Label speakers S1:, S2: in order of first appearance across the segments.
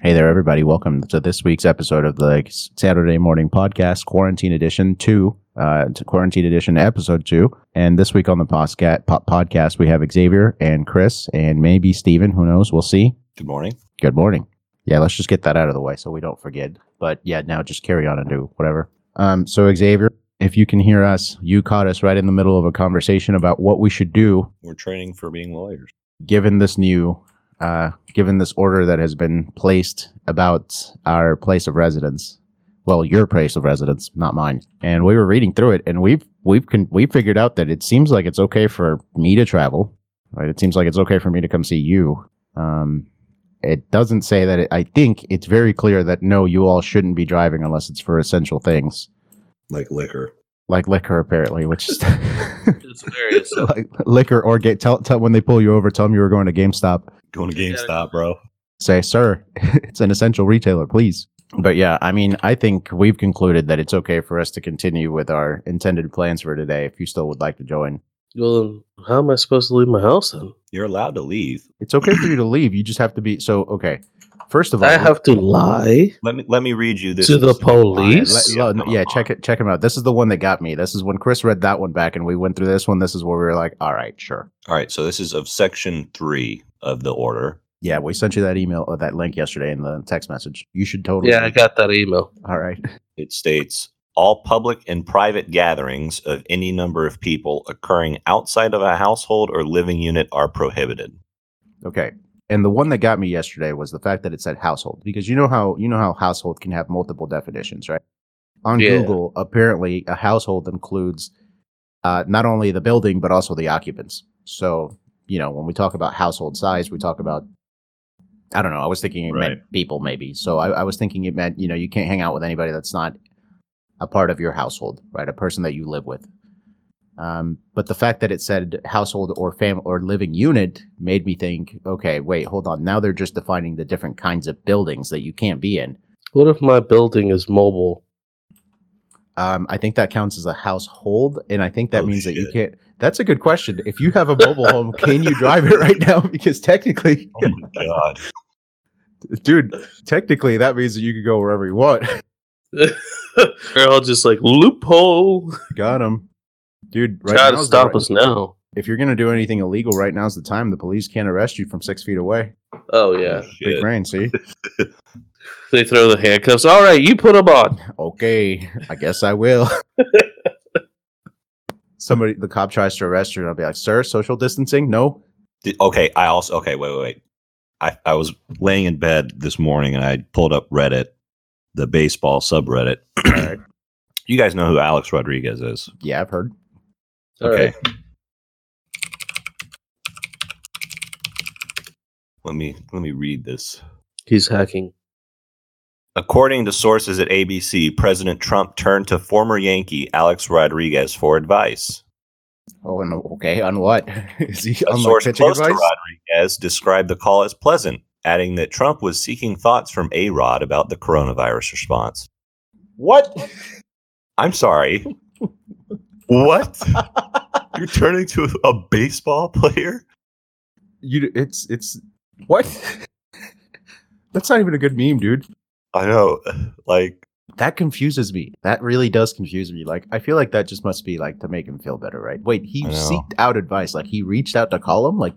S1: Hey there, everybody. Welcome to this week's episode of the Saturday Morning Podcast, Quarantine Edition 2, uh, to Quarantine Edition Episode 2. And this week on the posca- po- podcast, we have Xavier and Chris and maybe Steven. Who knows? We'll see.
S2: Good morning.
S1: Good morning. Yeah, let's just get that out of the way so we don't forget. But yeah, now just carry on and do whatever. Um, so, Xavier, if you can hear us, you caught us right in the middle of a conversation about what we should do
S2: We're training for being lawyers.
S1: given this new uh, given this order that has been placed about our place of residence well your place of residence not mine and we were reading through it and we've we've con- we figured out that it seems like it's okay for me to travel right it seems like it's okay for me to come see you um it doesn't say that it, i think it's very clear that no you all shouldn't be driving unless it's for essential things
S2: Like liquor.
S1: like liquor apparently which is
S3: It's hilarious. So,
S1: like liquor or get tell, tell when they pull you over tell them you were going to gamestop
S2: Going to
S3: Yeah.
S2: GameStop, bro.
S1: say, sir, it's an essential retailer, please. But yeah, I mean, I think we've concluded that it's okay for us to continue with our intended plans for today if you still would like to join.
S3: well, how am I supposed to leave my house then?
S2: You're allowed to leave.
S1: It's okay for you to leave. You just have to be so okay. First of all,
S3: I have to lie
S2: Let me let me read you this.
S3: to the
S2: specific line.
S1: Let-
S3: police.
S2: Let-
S1: yeah,
S2: come
S1: yeah,
S2: on.
S1: check it check him out. This is the one that got me. This is when Chris read that one back and we went through this one. This is where we were like, all right, sure.
S2: All right. So this is of section three of the order.
S1: Yeah, we sent you that email or that link yesterday in the text message. You should totally
S3: Yeah, I got that email.
S1: all right.
S2: It states all public and private gatherings of any number of people occurring outside of a household or living unit are prohibited.
S1: Okay. And the one that got me yesterday was the fact that it said household because you know how you know how household can have multiple definitions, right? On
S3: Yeah.
S1: Google, apparently a household includes uh, not only the building but also the occupants. So you know when we talk about household size, we talk about I don't know. I was thinking it meant people maybe. So I, I was thinking it meant you know you can't hang out with anybody that's not a part of your household, right? A person that you live with. Um, but the fact that it said household or family or living unit made me think, okay, wait, hold on. Now they're just defining the different kinds of buildings that you can't be in.
S3: What if my building is mobile?
S1: Um, I think that counts as a household, and I think that
S2: Oh,
S1: means that you
S2: shit.
S1: can't. That's a good question. If you have a mobile home, can you drive it right now? Because technically,
S2: Oh my god.
S1: dude, technically that means that you could go wherever you want.
S3: They're all just like loophole.
S1: Got him, dude. Right now
S3: Try to
S1: is the
S3: stop
S1: right-
S3: us now.
S1: If you're gonna do anything illegal, right now's the time. The police can't arrest you from six feet away.
S3: Oh yeah,
S2: Shit.
S1: Big brain, see.
S3: they throw the handcuffs. All right, you put them on.
S1: okay, I guess I will. Somebody, the cop tries to arrest you, and I'll be like, sir, social distancing? No.
S2: Did- okay i also okay wait wait wait I, I was laying in bed this morning and i pulled up reddit the baseball subreddit
S1: All right.
S2: you guys know who alex rodriguez is
S1: Yeah, I've heard.
S3: All
S2: Okay.
S3: right.
S2: let me let me read this
S3: he's hacking.
S2: according to sources at abc president trump turned to former yankee alex rodriguez for advice
S1: Oh, and okay, on what? Is he
S2: a
S1: on like
S2: source
S1: pitching
S2: close
S1: advice?
S2: to rodriguez described the call as pleasant adding that trump was seeking thoughts from a rod about the coronavirus response
S1: What?
S2: i'm sorry what You're turning to a baseball player?
S1: you, it's, it's, what? That's not even a good meme, dude.
S2: I know. Like,
S1: That confuses me. That really does confuse me. Like, I feel like that just must be like to make him feel better, right? Wait, he
S2: I know.
S1: seeked out advice. Like, he reached out to call him. Like,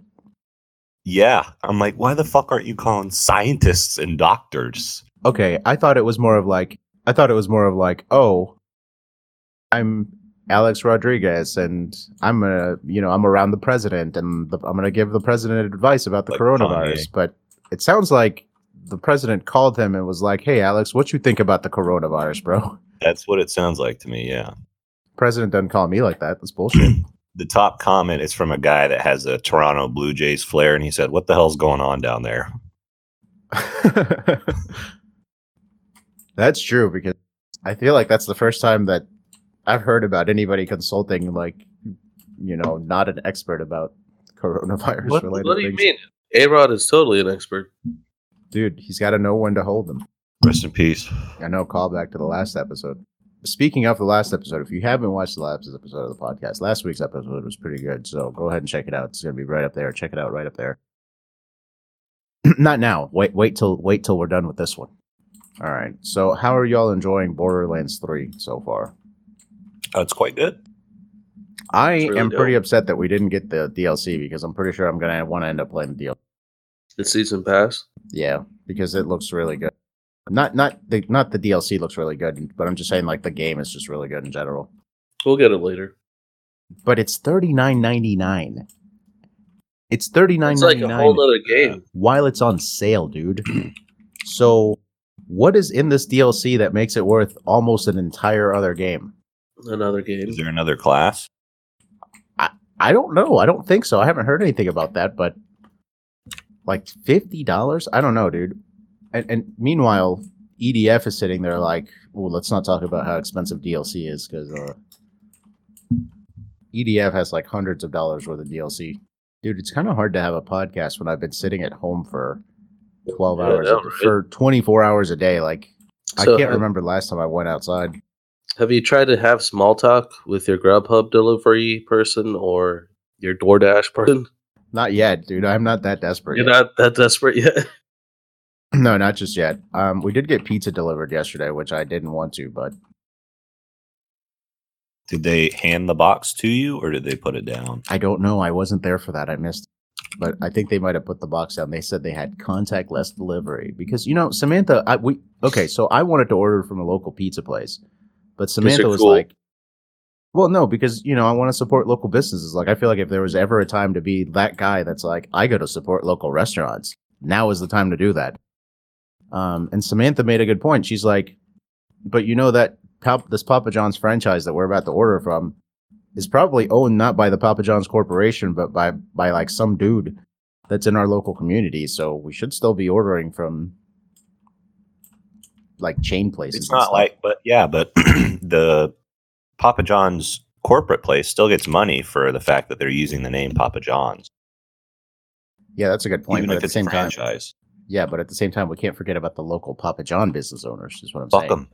S2: yeah. I'm like, why the fuck aren't you calling scientists and doctors?
S1: okay i thought it was more of like i thought it was more of like oh i'm alex rodriguez and i'm gonna you know i'm around the president and the, i'm gonna give the president advice about the
S2: Like
S1: coronavirus
S2: Kanye.
S1: but it sounds like the president called him and was like hey alex what you think about the coronavirus bro
S2: That's what it sounds like to me, yeah.
S1: president doesn't call me like that that's bullshit
S2: The top comment is from a guy that has a Toronto Blue Jays flair, and he said, What the hell's going on down there?
S1: that's true because I feel like that's the first time that I've heard about anybody consulting like you know not an expert about coronavirus
S3: What,
S1: related
S3: what do you
S1: things.
S3: mean? A Rod is totally an expert.
S1: Dude, he's got to know when to hold them.
S2: Rest in peace.
S1: I know callback to the last episode. Speaking of the last episode, if you haven't watched the last episode of the podcast, last week's episode was pretty good. So go ahead and check it out. It's going to be right up there. Check it out right up there. not now. Wait, wait till wait till we're done with this one. All right. So, how are y'all enjoying Borderlands Three so far?
S2: Oh, it's quite good.
S1: I
S3: really
S1: am pretty
S3: dope.
S1: upset that we didn't get the DLC because I'm pretty sure I'm gonna want to end up playing the DLC.
S3: The season pass.
S1: Yeah, because it looks really good. Not not the not the DLC looks really good, but I'm just saying like the game is just really good in general.
S3: We'll get it later.
S1: But it's thirty nine ninety nine. It's thirty nine
S3: It's like
S1: ninety
S3: a
S1: nine
S3: whole other game.
S1: while it's on sale, dude. so what is in this DLC that makes it worth almost an entire other game?
S3: Another game.
S2: Is there another class?
S1: I don't know. I don't think so. I haven't heard anything about that, but like fifty dollars? I don't know, dude. And, and meanwhile, EDF is sitting there like, "Well, let's not talk about how expensive DLC is because uh, EDF has like hundreds of dollars worth of DLC." Dude, it's kind of hard to have a podcast when I've been sitting at home for twelve
S3: Yeah, I
S1: hours
S3: know, right?
S1: for twenty four hours a day. Like, I
S3: So, uh,
S1: can't
S3: have-
S1: remember last time I went outside.
S3: Have you tried to have small talk with your Grubhub delivery person or your DoorDash person?
S1: Not yet, dude. I'm not that desperate.
S3: You're
S1: yet.
S3: not that desperate yet.
S1: No, not just yet. Um, we did get pizza delivered yesterday, which I didn't want to, but
S2: Did they hand the box to you or did they put it down?
S1: I don't know. I wasn't there for that. I missed. it. But I think they might have put the box down. They said they had contactless delivery because you know Samantha. I we okay. So I wanted to order from a local pizza place, but Samantha
S3: you're
S1: was
S3: cool.
S1: like, "Well, no, because you know I want to support local businesses. Like I feel like if there was ever a time to be that guy that's like, I go to support local restaurants. Now is the time to do that." Um, and Samantha made a good point. She's like, "But you know that Pop, this Papa John's franchise that we're about to order from." is probably owned not by the Papa John's Corporation, but by by like some dude that's in our local community. So we should still be ordering from like chain places.
S2: It's
S1: and
S2: not
S1: stuff.
S2: like, but yeah, but the Papa John's corporate place still gets money for the fact that they're using the name Papa John's,
S1: yeah, that's a good point.
S2: even
S1: But
S2: if
S1: at the
S2: it's a
S1: same time,
S2: franchise.
S1: yeah, but at the same time, we can't forget about the local Papa John business owners. Is what I'm
S2: Fuck
S1: saying.
S2: 'em.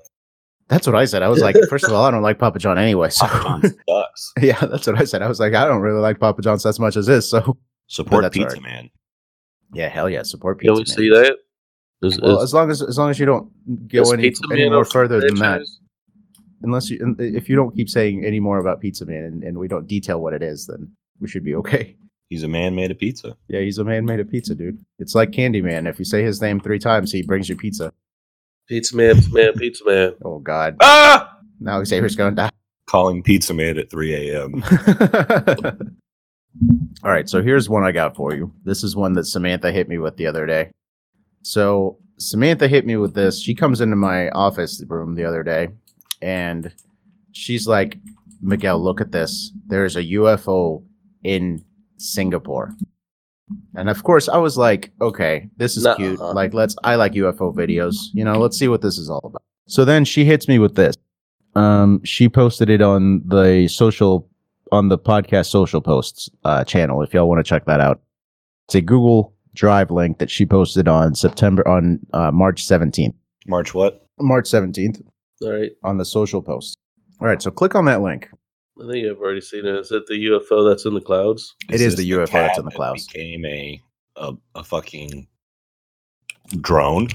S1: That's what I said. I was like, first of all, I don't like Papa John anyway. So
S2: Papa John's sucks.
S1: yeah, that's what I said. I was like, I don't really like Papa John's as much as this. So
S2: Support
S1: that's
S2: pizza,
S1: alright.
S2: man.
S1: yeah, hell yeah, support
S3: Can
S1: pizza.
S3: we
S1: Man.
S3: see that? Is,
S1: Well,
S3: is-
S1: as long as as long as you don't go
S3: is
S1: any,
S3: Pizza
S1: any
S3: Man
S1: more
S3: a
S1: further than that.
S3: franchise?
S1: unless you and if you don't keep saying any more about pizza man and, and we don't detail what it is then we should be okay
S2: He's a man made of pizza.
S1: yeah he's a man made of pizza dude it's like candyman if you say his name three times he brings you pizza
S3: Pizza Man, Pizza Man, Pizza Man.
S1: oh god
S3: Ah!
S1: now xavier's gonna die
S2: Calling pizza man at 3 a.m.
S1: all right so here's one i got for you this is one that samantha hit me with the other day so samantha hit me with this she comes into my office room the other day and she's like miguel look at this there's a ufo in singapore and of course i was like okay this is
S3: Nuh-uh.
S1: cute like let's i like ufo videos you know let's see what this is all about so then she hits me with this um she posted it on the social on the podcast social posts uh, channel if y'all want to check that out it's a google drive link that she posted on september on uh, march 17th
S2: March what?
S1: march 17th
S3: All right.
S1: on the social post all right so click on that link
S3: I think I've already seen it. Is it the UFO that's in the clouds?
S1: It is the UFO that's
S2: cat
S1: in the
S2: that
S1: clouds.
S2: Became a, a a fucking drone.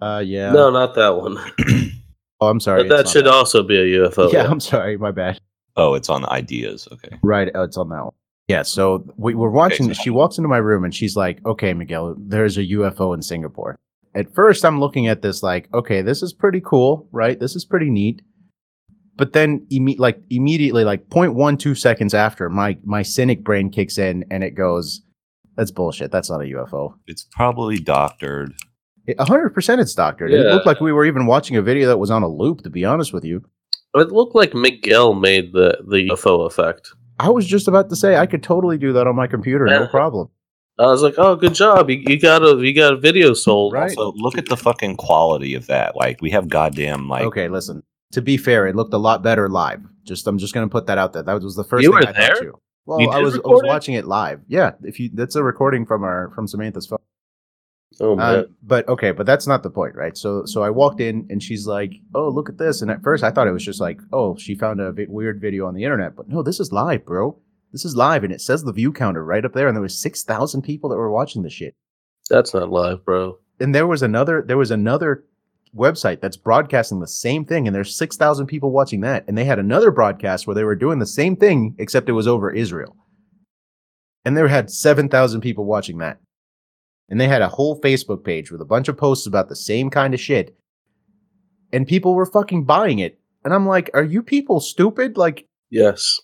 S1: uh yeah
S3: No, not that one.
S1: oh i'm sorry
S3: but that
S1: it's
S3: should
S1: on
S3: also be a UFO.
S1: yeah i'm sorry my bad
S2: Oh, it's on the ideas. Okay.
S1: Right. Oh, it's on that one. Yeah. So we were watching.
S2: Okay, so-
S1: she walks into my room and she's like, okay, Miguel, there's a UFO in Singapore. At first, I'm looking at this like, okay, this is pretty cool, right? This is pretty neat. But then, imme- like immediately, like 0.12 seconds after, my my cynic brain kicks in and it goes, "That's bullshit. That's not a UFO.
S2: It's probably doctored.
S1: It- 100% it's doctored. It
S3: Yeah.
S1: looked like we were even watching a video that was on a loop. To be honest with you,
S3: It looked like Miguel made the, the UFO effect.
S1: I was just about to say I could totally do that on my computer, no
S3: Yeah.
S1: problem.
S3: I was like, "Oh, good job! You, you got a you got a video sold."
S1: Right.
S2: So look at the fucking quality of that. Like we have goddamn like
S1: okay, listen. To be fair, it looked a lot better live. Just I'm just gonna put that out there. That was the first
S3: You
S1: thing
S3: were
S1: I
S3: there?
S1: thought too. Well,
S3: You
S1: I
S3: did
S1: was I was
S3: record it?
S1: watching it live. Yeah, if you that's a recording from our from Samantha's phone.
S3: Oh man!
S1: Um, but okay, but that's not the point, right? So so I walked in and she's like, "Oh, look at this." And at first I thought it was just like, "Oh, she found a vi- weird video on the internet." But no, this is live, bro. This is live, and it says the view counter right up there, and there was six thousand people that were watching this shit.
S3: That's not live, bro.
S1: And there was another there was another website that's broadcasting the same thing, and there's six thousand people watching that. And they had another broadcast where they were doing the same thing, except it was over Israel. And they had seven thousand people watching that. And they had a whole Facebook page with a bunch of posts about the same kind of shit. And people were fucking buying it. And I'm like, are you people stupid? Like,
S3: Yes.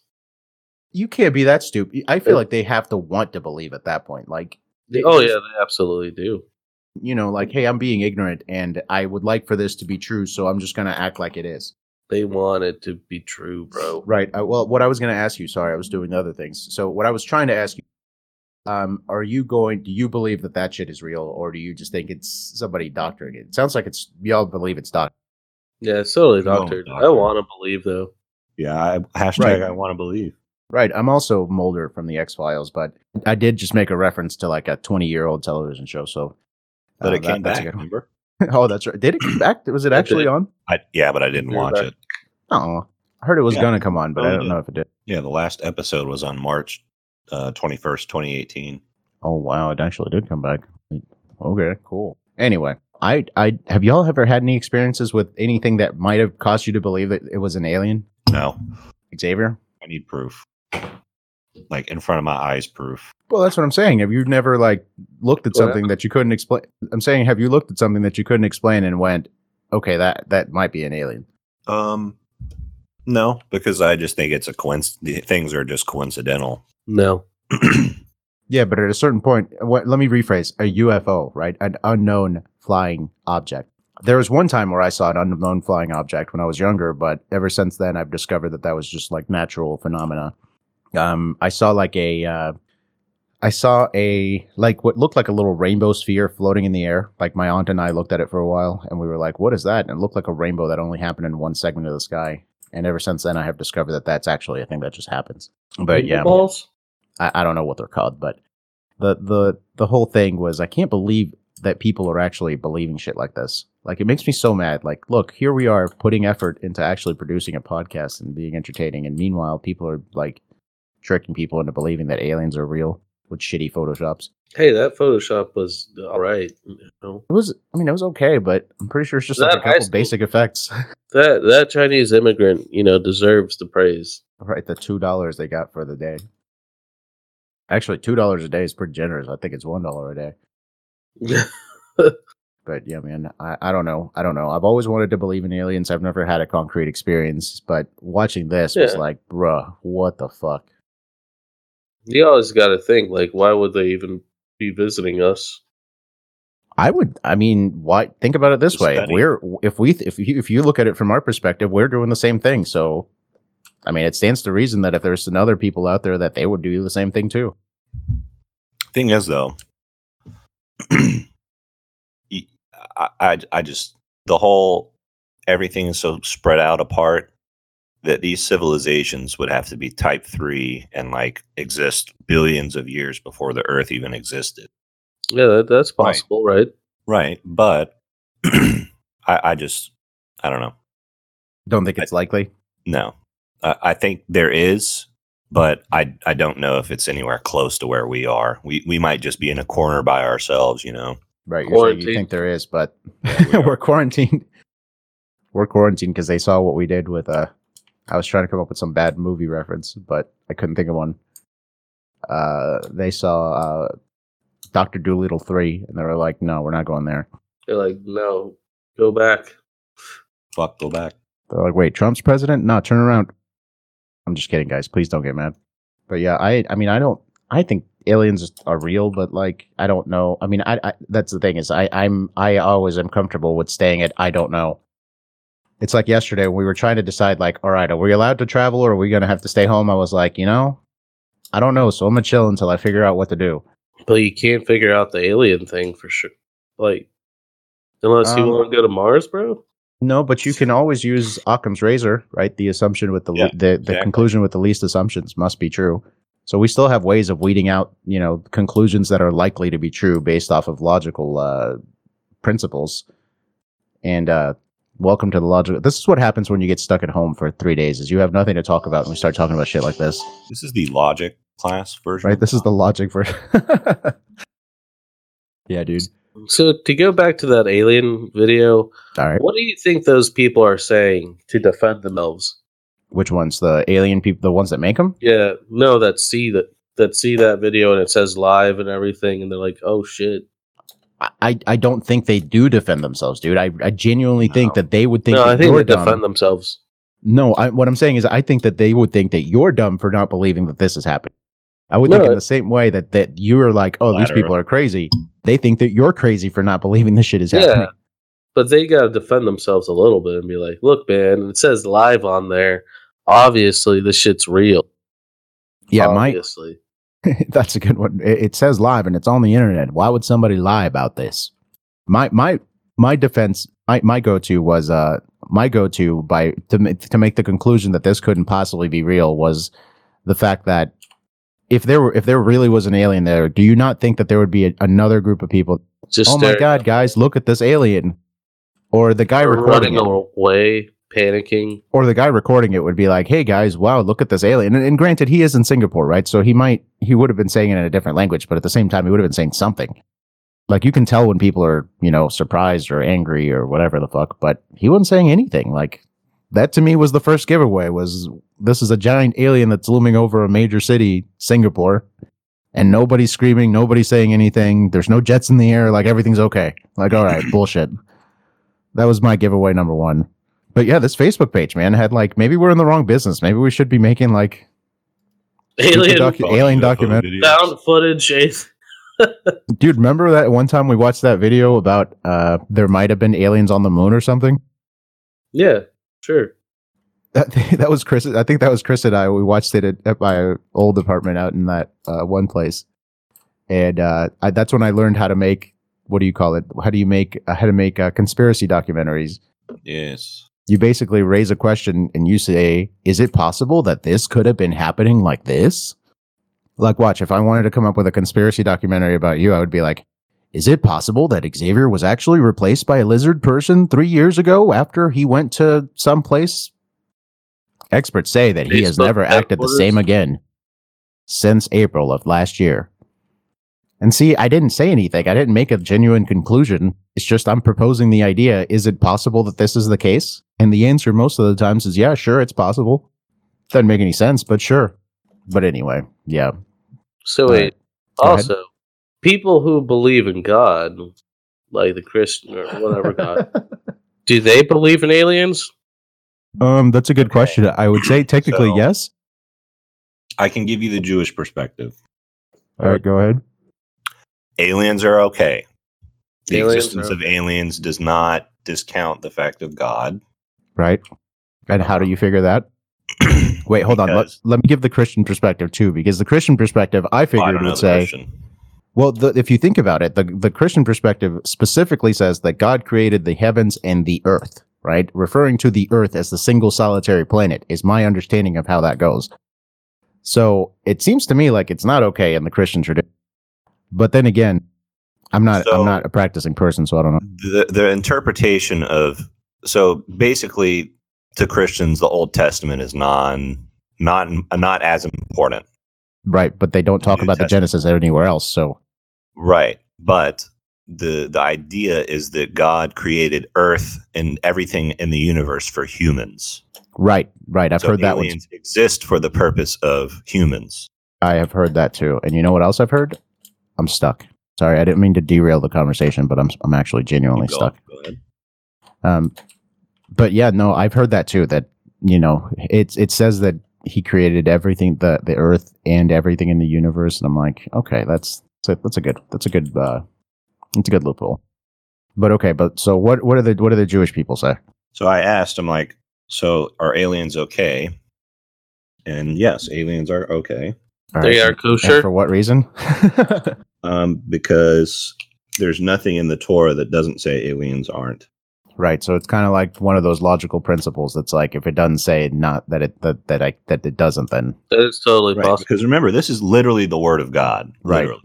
S1: you can't be that stupid. I feel like they have to want to believe at that point. Like,
S3: They- oh yeah, they absolutely do.
S1: you know, like, hey, I'm being ignorant and I would like for this to be true, so I'm just going to act like it is.
S3: They want it to be true, bro.
S1: Right. Uh, well, what I was going to ask you, sorry, I was doing other things. So, what I was trying to ask you, um, are you going, do you believe that that shit is real or do you just think it's somebody doctoring it? It sounds like it's, y'all believe it's doctored.
S3: Yeah, it's totally
S2: No,
S3: doctored. I
S2: doctor.
S3: want to believe though.
S2: Yeah, I, hashtag
S1: Right.
S2: I want to believe.
S1: Right. I'm also Mulder from the X Files, but I did just make a reference to like a 20 year old television show. So,
S2: But
S1: uh,
S2: it
S1: that-
S2: came
S1: that's a
S2: back.
S1: good one.
S2: Remember?
S1: oh, that's right. Did it come back? Was it
S3: It
S1: actually
S3: did.
S1: on?
S2: I, yeah, but I didn't
S3: You're
S2: watch
S3: back.
S2: it.
S1: Oh, I heard it was
S2: Yeah.
S1: gonna come on, but I
S2: Oh, it
S1: don't
S2: did.
S1: know if it did.
S2: Yeah, the last episode was on March twenty first, twenty eighteen.
S1: Oh wow, it actually did come back. Okay, cool. Anyway, I I have y'all ever had any experiences with anything that might have caused you to believe that it was an alien,
S2: No,
S1: Xavier?
S2: I need proof. Like in front of my eyes, proof.
S1: Well, that's what I'm saying. Have you never like looked at
S3: Well,
S1: something that you couldn't explain? I'm saying, have you looked at something that you couldn't explain and went, okay, that that might be an alien?
S2: Um, no, because I just think it's a coincidence. Things are just coincidental.
S3: No.
S1: Yeah, but at a certain point, what, let me rephrase a UFO, right? An unknown flying object. There was one time where I saw an unknown flying object when I was younger, but ever since then, I've discovered that that was just like natural phenomena. Um, I saw like a, uh, I saw a like what looked like a little rainbow sphere floating in the air. Like my aunt and I looked at it for a while, and we were like, "What is that?" And it looked like a rainbow that only happened in one segment of the sky. And ever since then, I have discovered that that's actually a thing that just happens. But yeah,
S3: Balls?
S1: I, I don't know what they're called, but the the the whole thing was I can't believe that people are actually believing shit like this. Like it makes me so mad. Like, look, here we are putting effort into actually producing a podcast and being entertaining, and meanwhile, people are like tricking people into believing that aliens are real with shitty photoshops.
S3: Hey, that Photoshop was all right. You know?
S1: It was, I mean, it was okay, but I'm pretty sure it's just
S3: Is
S1: like
S3: that
S1: a
S3: high
S1: couple
S3: school?
S1: basic effects.
S3: That that Chinese immigrant, you know, deserves the praise.
S1: right, the two dollars they got for the day. Actually, two dollars a day is pretty generous. I think it's one dollar a day. but yeah, man, I, I don't know. I don't know. I've always wanted to believe in aliens. I've never had a concrete experience, but watching this was
S3: Yeah.
S1: like, bruh, what the fuck?
S3: you always got to think like, why would they even be visiting us?
S1: I would. I mean, why? Think about it this
S2: To
S1: way: if
S2: study.
S1: we're if we if you if you look at it from our perspective, we're doing the same thing. So, I mean, it stands to reason that if there's some other people out there, that they would do the same thing too.
S2: Thing is, though, I, I I just the whole everything is so spread out apart that these civilizations would have to be type three and like exist billions of years before the Earth even existed.
S3: Yeah, that, that's
S2: Right.
S3: possible, right?
S2: Right, but I, I just I don't know.
S1: Don't think it's likely.
S2: No, I, I think there is, but I I don't know if it's anywhere close to where we are. We we might just be in a corner by ourselves, you know.
S1: Right. You're saying you
S3: Quarantine.
S1: think there is, but
S2: Yeah, we
S1: we're quarantined. We're quarantined because they saw what we did with uh I was trying to come up with some bad movie reference, but I couldn't think of one. Uh they saw uh Doctor Doolittle three and they were like, No, we're not going there.
S3: They're like, no, go back.
S2: Fuck, go back.
S1: They're like, Wait, Trump's president? No, turn around. I'm just kidding, guys. Please don't get mad. But yeah, I I mean I don't I think aliens are real, but like I don't know. I mean I, I that's the thing is I I'm I always am comfortable with staying at I don't know. It's like yesterday when we were trying to decide like, all right, are we allowed to travel or are we gonna have to stay home? I was like, you know, I don't know, so I'm gonna chill until I figure out what to do.
S3: But you can't figure out the alien thing for sure. Like, unless
S1: Um,
S3: you want to go to Mars, bro.
S1: No, but you can always use Occam's razor, right? The assumption with the
S2: Yeah,
S1: le- the, the
S2: exactly.
S1: conclusion with the least assumptions must be true. So we still have ways of weeding out, you know, conclusions that are likely to be true based off of logical uh, principles. And uh, welcome to the logical. This is what happens when you get stuck at home for three days: is you have nothing to talk about, and we start talking about shit like this,
S2: This is the logic class version,
S1: right? This is the logic for. Yeah, dude.
S3: So to go back to that alien video,
S1: All right.
S3: what do you think those people are saying to defend themselves?
S1: Which ones? The alien people, the ones that make them?
S3: Yeah, no, that see that that see that video and it says live and everything, and they're like, "Oh shit!"
S1: I, I don't think they do defend themselves, dude. I, I genuinely think
S2: No.
S1: that they would think
S3: no,
S1: that
S3: I think
S1: you're
S3: they
S1: dumb.
S3: defend themselves.
S1: No, I, what I'm saying is, I think that they would think that you're dumb for not believing that this is happening. I would
S3: No,
S1: think in
S3: it-
S1: the same way that that you're like, oh, these
S2: Latter.
S1: people are crazy. They think that you're crazy for not believing this shit is happening.
S3: Yeah, but they got to defend themselves a little bit and be like, "Look, man, it says live on there. Obviously, this shit's real.
S1: Yeah,
S3: Um,
S1: my
S3: obviously.
S1: that's a good one. It, it says live and it's on the internet. Why would somebody lie about this? My my my defense, my my go to was uh my go to by to ma- to make the conclusion that this couldn't possibly be real was the fact that if there were if there really was an alien there, do you not think that there would be a, another group of people?
S3: Just
S1: Oh my
S3: staring-
S1: god, guys, look at this alien! Or the guy recording
S3: running
S1: it,
S3: away, panicking.
S1: or the guy recording it would be like, "Hey guys, wow, look at this alien." And, and granted, he is in Singapore, right? So he might he would have been saying it in a different language, but at the same time, he would have been saying something. Like you can tell when people are you know surprised or angry or whatever the fuck, but he wasn't saying anything. Like that to me was the first giveaway was this is a giant alien that's looming over a major city, Singapore, and nobody's screaming, nobody's saying anything. There's no jets in the air. Like everything's okay. Like all right, bullshit. That was my giveaway number one. But yeah, this Facebook page, man, had like maybe we're in the wrong business. Maybe we should be making like
S3: Alien
S1: docu- alien document.
S3: found footage. eh?
S1: Dude, remember that one time we watched that video about uh there might have been aliens on the moon or something?
S3: yeah, sure.
S1: That that was Chris. I think that was Chris and I. We watched it at, at my old apartment out in that uh, one place, and uh, I, that's when I learned how to make what do you call it? How do you make how to make uh, conspiracy documentaries?
S2: Yes.
S1: You basically raise a question and you say, "Is it possible that this could have been happening like this?" Like, watch. If I wanted to come up with a conspiracy documentary about you, I would be like, "Is it possible that Xavier was actually replaced by a lizard person three years ago after he went to some place?" Experts say that he has
S3: Facebook
S1: never acted the
S3: headquarters?
S1: same again since April of last year. And see, I didn't say anything. I didn't make a genuine conclusion. It's just I'm proposing the idea. Is it possible that this is the case? And the answer most of the times is yeah, sure, it's possible. Doesn't make any sense, but sure. But anyway, yeah.
S3: So
S1: All
S3: wait.
S1: right. Go ahead.
S3: also, people who believe in God, like the Christian or whatever God, do they believe in aliens?
S1: um, that's a good question. I would say technically
S2: So-
S1: yes.
S2: I can give you the Jewish perspective.
S1: All right, go ahead.
S2: Aliens are okay. The
S3: Aliens
S2: existence
S3: are-
S2: of aliens does not discount the fact of God.
S1: Right. And how do you figure that? Wait, hold on. Let,
S2: Because-
S1: let me give the Christian perspective too, because the Christian perspective I
S2: Well, I
S1: figured
S2: don't know
S1: would
S2: the
S1: say
S2: Christian.
S1: Well, the, if you think about it, the, the Christian perspective specifically says that God created the heavens and the earth, right? Referring to the earth as the single solitary planet is my understanding of how that goes. So it seems to me like it's not okay in the Christian tradition. But then again, I'm not
S2: So-
S1: I'm not a practicing person, so I don't know.
S2: the the interpretation of so basically to Christians the Old Testament is non not not as important.
S1: Right, but they don't talk
S2: New
S1: about the
S2: Testament.
S1: Genesis anywhere else. So
S2: Right. But the the idea is that God created earth and everything in the universe for humans.
S1: right, right. I've
S2: so
S1: heard that one.
S2: aliens exist for the purpose of humans.
S1: I have heard that too. And you know what else I've heard? I'm stuck. Sorry, I didn't mean to derail the conversation, but I'm I'm actually genuinely
S2: Go-
S1: stuck.
S2: go ahead.
S1: Um, but yeah, no, I've heard that too. That you know, it's it says that he created everything, the the earth and everything in the universe, and I'm like, okay, that's that's a, that's a good that's a good uh, that's a good loophole. But okay, but so what? What are the what do the Jewish people say?
S2: So I asked him like, so are aliens okay? And yes, aliens are okay.
S1: All right,
S3: They are
S1: and- and
S3: kosher.
S1: for what reason?
S2: um, because there's nothing in the Torah that doesn't say aliens aren't.
S1: right. So it's kind of like one of those logical principles that's like, if it doesn't say not that it that that I that it doesn't, then
S3: That is totally
S2: Right,
S3: possible.
S2: Because remember, this is literally the Word of God,
S1: Right.
S2: literally.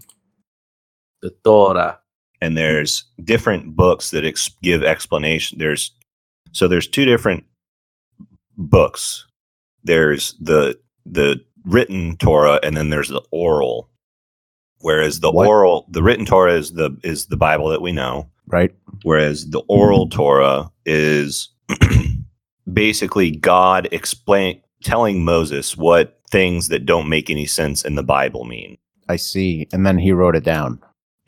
S3: The Torah.
S2: And there's different books that ex- give explanation. There's so there's two different books. There's the the written Torah, and then there's the oral Whereas the
S1: What?
S2: oral, the written Torah is the is the Bible that we know.
S1: right?
S2: Whereas the oral Torah is basically God explain telling Moses what things that don't make any sense in the Bible mean.
S1: I see. And then he wrote it down.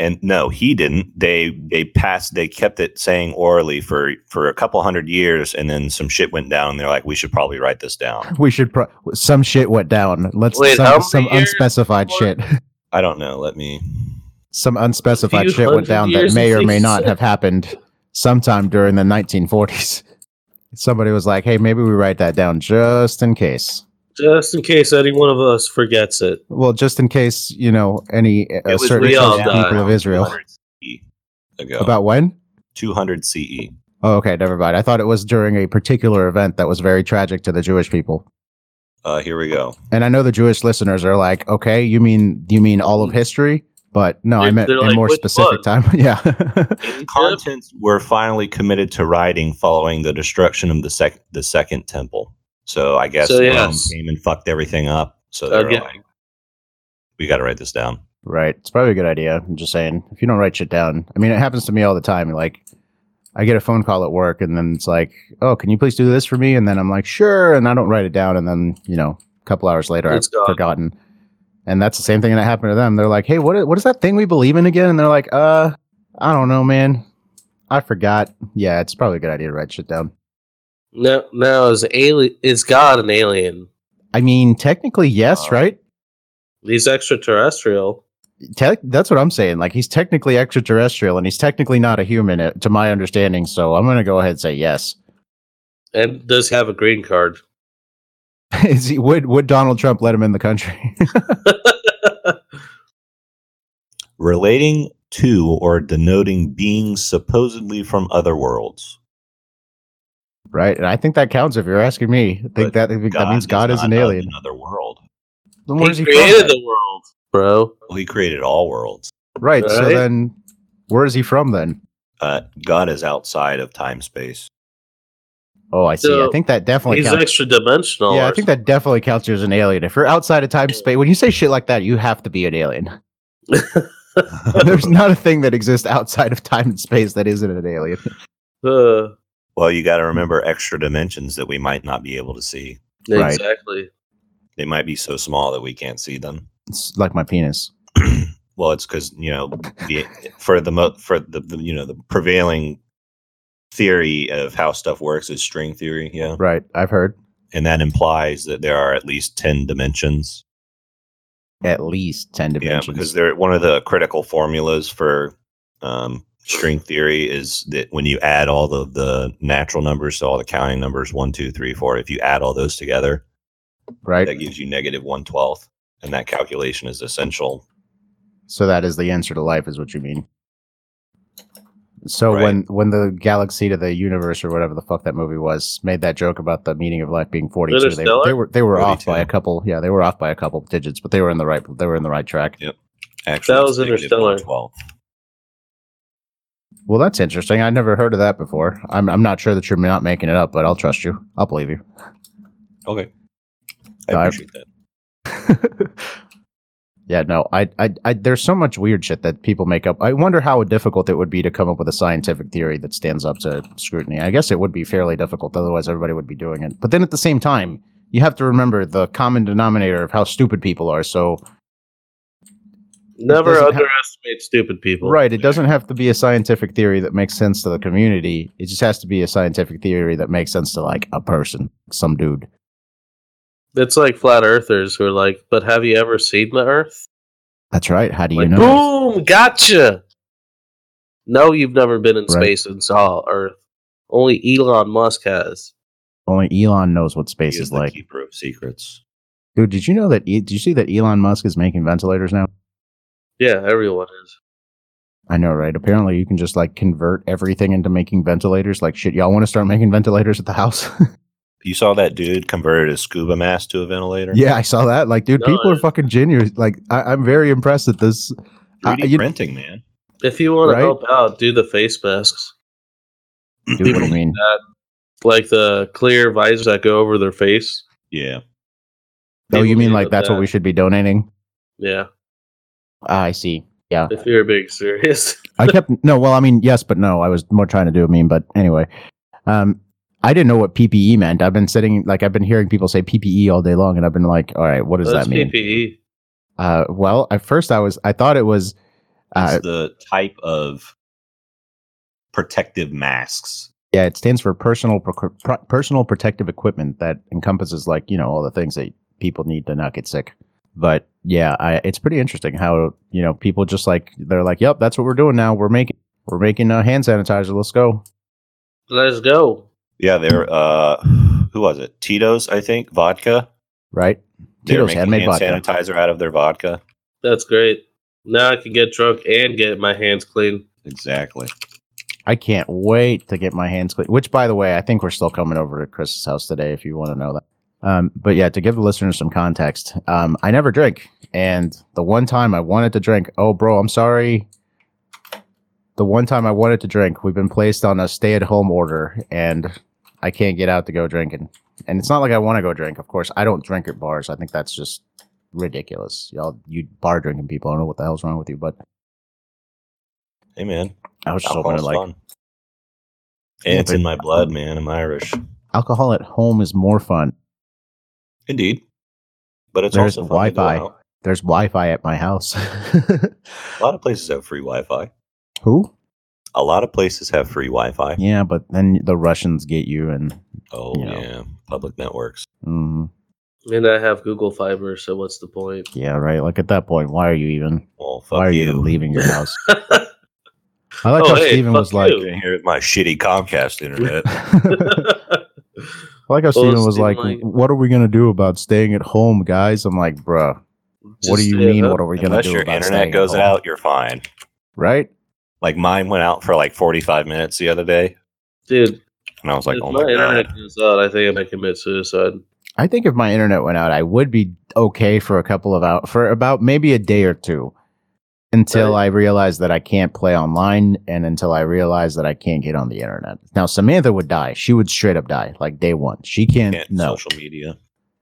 S2: and no he didn't they they passed they kept it saying orally for for a couple hundred years and then some shit went down and they're like we should probably write this down
S1: We should pro- some shit went down. Let's
S3: Wait, how
S1: some,
S3: many
S1: some
S3: years
S1: unspecified
S3: before-
S1: shit.
S2: i don't know let me
S1: Some unspecified
S3: Few
S1: shit went
S3: hundred
S1: down that
S3: years
S1: may or
S3: since
S1: may
S3: he
S1: not
S3: said-
S1: have happened sometime during the 1940s. Somebody was like, "Hey, maybe we write that down just in case."
S3: Just in case any one of us forgets it.
S1: Well, just in case, you know, any a
S2: was
S1: certain
S3: we all
S1: percentage of
S3: die.
S1: people of Israel.
S2: 200 CE ago about
S1: About when?
S2: 200 ce
S1: Oh, okay, never mind. I thought it was during a particular event that was very tragic to the Jewish people.
S2: uh here we go
S1: And I know the Jewish listeners are like, "Okay, you mean you mean all of history?" But no, I
S3: Mm-hmm. They're-
S1: meant
S3: they're
S1: in
S3: like,
S1: more
S3: "Which
S1: specific
S3: one?"
S1: time. yeah.
S2: contents were finally committed to writing following the destruction of the second the second temple so i guess
S3: So,
S2: Rome
S3: yes.
S2: came and fucked everything up so they're
S3: Again.
S2: like we got to write this down
S1: Right. It's probably a good idea. I'm just saying, if you don't write shit down, I mean, it happens to me all the time. Like, I get a phone call at work, and then it's like, "Oh, can you please do this for me?" And then I'm like, "Sure," and I don't write it down, and then you know, a couple hours later,
S3: It's
S1: I've
S3: gone.
S1: forgotten. And that's the same thing that happened to them. They're like, "Hey, what i- what is that thing we believe in again?" And they're like, "Uh, I don't know, man. I forgot." Yeah, it's probably a good idea to write shit down.
S3: No, no, is alien is God an alien?
S1: I mean, technically, yes,
S2: Uh,
S1: right?
S3: He's extraterrestrial.
S1: Te- that's what I'm saying. Like, he's technically extraterrestrial, and he's technically not a human, uh, to my understanding. So I'm gonna go ahead and say yes.
S3: And does have a green card.
S1: Is he, would would Donald Trump let him in the country?
S2: relating to or denoting beings supposedly from other worlds.
S1: right, and I think that counts if you're asking me. I think
S2: But
S1: that I think that means God is
S2: not
S1: an
S2: of
S1: alien.
S2: Another world.
S1: Then where's
S3: he
S1: he from
S3: created
S1: then?
S3: the world, bro.
S2: Well, he created all worlds.
S1: right, so
S3: Right?
S1: then where is he from then?
S2: Uh, God is outside of time space.
S1: Oh, I see. I
S3: So,
S1: think that definitely
S3: He's
S1: counts.
S3: extra dimensional.
S1: yeah, I think that definitely counts you as an alien. If you're outside of time space, when you say shit like that, you have to be an alien. There's not a thing that exists outside of time and space that isn't an alien.
S3: Uh,
S2: Well, you got to remember extra dimensions that we might not be able to see.
S1: Right.
S3: Exactly.
S2: They might be so small that we can't see them.
S1: It's like my penis.
S2: well, it's because you know, the, for the mo- for the, the you know the prevailing theory of how stuff works is string theory. Yeah,
S1: Right, I've heard.
S2: and that implies that there are at least ten dimensions.
S1: At least ten
S2: Yeah,
S1: dimensions.
S2: because they're one of the critical formulas for um, string theory is that when you add all the the natural numbers, so all the counting numbers one, two, three, four, if you add all those together, that
S1: right?
S2: gives you negative one twelfth, and that calculation is essential.
S1: So that is the answer to life, is what you mean. So
S2: Right.
S1: when when the galaxy to the universe or whatever the fuck that movie was made that joke about the meaning of life being forty two, they,
S3: Interstellar?
S1: they were they were off
S2: 42.
S1: by a couple. Yeah, they were off by a couple digits, but they were in the right they were in the right track.
S2: Actually,
S3: That
S2: it's
S3: was
S2: negative
S3: interstellar.
S2: 1/12.
S1: Well, that's interesting. I never heard of that before. I'm I'm not sure that you're not making it up, but I'll trust you. I'll believe you.
S2: Okay,
S1: No,
S2: I
S1: I-
S2: appreciate that.
S1: yeah, no, I, I, I, there's so much weird shit that people make up. I wonder how difficult it would be to come up with a scientific theory that stands up to scrutiny. I guess it would be fairly difficult, otherwise everybody would be doing it. But then at the same time, you have to remember the common denominator of how stupid people are. So,
S3: Never
S1: doesn't have-
S3: underestimate stupid people.
S1: right, it doesn't have to be a scientific theory that makes sense to the community. It just has to be a scientific theory that makes sense to like a person, some dude.
S3: It's like flat earthers who are like, but have you ever seen the earth?
S1: That's right. How do you
S3: Like,
S1: know?
S3: boom, gotcha. No, you've never been in
S1: Right.
S3: space and saw Earth. Only Elon Musk has.
S1: Only Elon knows what
S2: He
S1: space
S2: is
S1: is
S2: the
S1: like.
S2: keeper of secrets.
S1: Dude, did you know that? E- did you see that Elon Musk is making ventilators now?
S3: Yeah, everyone is.
S1: I know, right? Apparently, you can just like convert everything into making ventilators. Like, shit, y'all want to start making ventilators at the house?
S2: You saw that dude converted his scuba mask to a ventilator.
S1: yeah, I saw that. Like, dude,
S3: No,
S1: people are
S3: it-
S1: fucking genius. Like, I- I'm very impressed at this. I-
S2: 3D
S1: you-
S2: printing, man.
S3: If you want
S1: Right?
S3: to help out, do the face masks.
S1: Dude, what do you mean?
S3: Like the clear visors that go over their face.
S2: Yeah,
S1: Oh,
S3: People
S1: you mean
S3: do
S1: like
S3: that.
S1: that's what we should be donating?
S3: Yeah.
S1: Ah, I see. Yeah.
S3: If you're being serious,
S1: I kept no. Well, I mean, yes, but no. I was more trying to do a meme, but anyway, um, I didn't know what PPE meant. I've been sitting like I've been hearing people say PPE all day long, and I've been like, all right, what does
S3: that's E.
S1: that mean?
S3: PPE.
S1: Uh, well, at first I was I thought it was
S2: It's
S1: uh,
S2: the type of protective masks.
S1: yeah, it stands for personal proc- pro- personal protective equipment that encompasses like you know all the things that people need to not get sick. But yeah, I, it's pretty interesting how you know people just like they're like, yep, that's what we're doing now. We're making we're making uh, hand sanitizer. Let's go.
S3: Let's go.
S2: Yeah,
S1: Mm.
S2: they're uh, who was it? Tito's, I think, vodka.
S1: Right?
S2: They're
S1: Tito's
S2: making
S1: handmade
S2: hand
S1: vodka.
S2: sanitizer out of their vodka.
S3: That's great. Now I can get drunk and get my hands clean.
S2: Exactly.
S1: I can't wait to get my hands clean. Which, by the way, I think we're still coming over to Chris's house today. If you want to know that. Um, but yeah, to give the listeners some context, um, I never drink, and the one time I wanted to drink, oh, bro, I'm sorry. The one time I wanted to drink, we've been placed on a stay-at-home order, and I can't get out to go drinking. And it's not like I want to go drink. Of course, I don't drink at bars. I think that's just ridiculous. Y'all, you bar drinking people. I don't know what the hell's wrong with you, but
S2: Hey man,
S1: I was just hoping to
S2: alcohol's
S1: like
S2: fun. And it's
S1: but-
S2: in my blood, man. I'm Irish,
S1: alcohol at home is more fun.
S2: indeed. But it's
S1: There's
S2: also fun to go
S1: Wi-Fi.
S2: out.
S1: there's Wi-Fi at my house.
S2: A lot of places have free Wi-Fi.
S1: Who?
S2: A lot of places have free Wi-Fi.
S1: Yeah, but then the Russians get you, and
S2: Oh
S1: Yeah.
S2: yeah, public networks.
S1: mm,
S3: And I have Google Fiber, so what's the point?
S1: yeah, right. Like at that point, why are you even?
S2: Well, fuck
S1: Why are you,
S2: you.
S1: even leaving your house? I like
S3: Oh,
S1: how
S3: hey,
S1: Steven
S3: fuck
S1: was like.
S3: you.
S2: Here with my shitty Comcast internet.
S1: I like how Steven was
S3: Steven,
S1: like,
S3: like-
S1: "What are we gonna do about staying at home, guys?" I'm like, "Bruh, what do
S3: Just
S1: you
S3: stay
S1: mean?
S3: up.
S1: What are we gonna
S2: Unless
S1: do
S2: your
S1: about
S2: internet
S1: staying
S2: goes
S1: at home?
S2: out, you're fine.
S1: Right?
S2: Like mine went out for like 45 minutes the other day,
S3: Dude,
S2: and I was like,
S3: if
S2: oh
S3: my
S2: my god.
S3: internet goes out, I think I'm gonna commit suicide.
S1: I think if my internet went out, I would be okay for a couple of out for about maybe a day or two until I realize that I can't play online and until I realize that I can't get on the internet. Now Samantha would die. She would straight up die like day one. She can't,
S2: Can't
S1: no
S2: social media.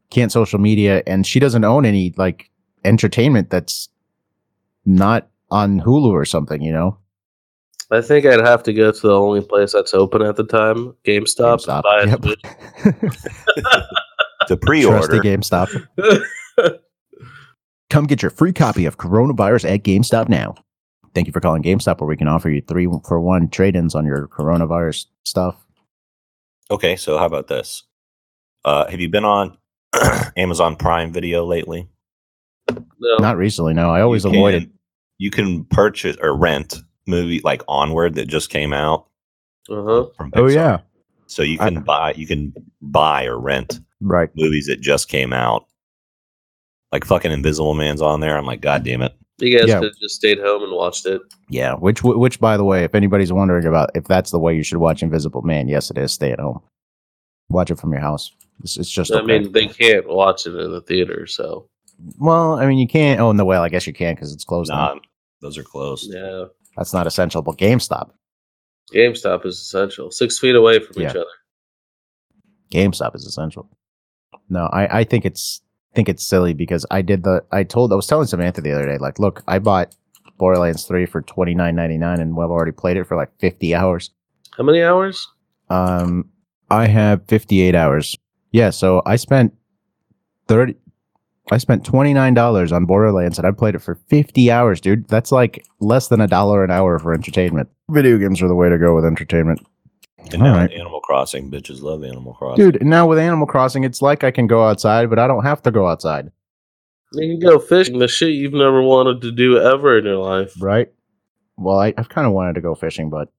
S1: can't social media and she doesn't own any like entertainment that's not on Hulu or something, you know?
S3: I think I'd have to go to the only place that's open at the time, GameStop.
S1: GameStop.
S3: buy a
S1: Yep.
S3: Switch.
S1: Trusty
S2: The pre-order.
S1: GameStop. Come get your free copy of Coronavirus at GameStop now. Thank you for calling GameStop, where we can offer you three for one trade ins on your coronavirus stuff.
S2: Okay, so how about this? Uh, have you been on Amazon Prime Video lately?
S3: No.
S1: Not recently, no. I always
S2: You
S1: avoid
S2: can-
S1: it.
S2: You can purchase or rent movie like Onward that just came out
S3: uh-huh.
S2: from
S1: Oh,
S2: Pixar.
S1: yeah.
S2: So you
S1: I-
S2: can buy you can buy or rent
S1: Right.
S2: movies that just came out. Like fucking Invisible Man's on there. I'm like, God damn it.
S3: You guys
S1: Yeah.
S3: could have just stayed home and watched it.
S1: Yeah. Which, which, by the way, if anybody's wondering about if that's the way you should watch Invisible Man, yes, it is. Stay at home. Watch it from your house. It's, it's just.
S3: I
S1: okay.
S3: mean, they can't watch it in the theater, so
S1: well, I mean, you can't. Oh, no, well, I guess you can because it's closed now.
S2: Not, those are closed.
S3: yeah.
S1: That's not essential, but GameStop.
S3: GameStop is essential. Six feet away from
S1: Yeah.
S3: each other.
S1: GameStop is essential. No, I, I think it's think it's silly because I did the I told I was telling Samantha the other day, like, look, I bought Borderlands three for twenty nine ninety nine and we've already played it for like fifty hours.
S3: How many hours?
S1: Um I have fifty eight hours. Yeah, so I spent thirty I spent twenty nine dollars on Borderlands and I played it for fifty hours, dude. That's like less than a dollar an hour for entertainment. Video games are the way to go with entertainment.
S2: And now
S1: Alright.
S2: Animal Crossing, bitches love Animal Crossing.
S1: Dude, now with Animal Crossing, it's like I can go outside, but I don't have to go outside.
S3: You can go fishing, the shit you've never wanted to do ever in your life.
S1: Right? Well, I, I've kind of wanted to go fishing, but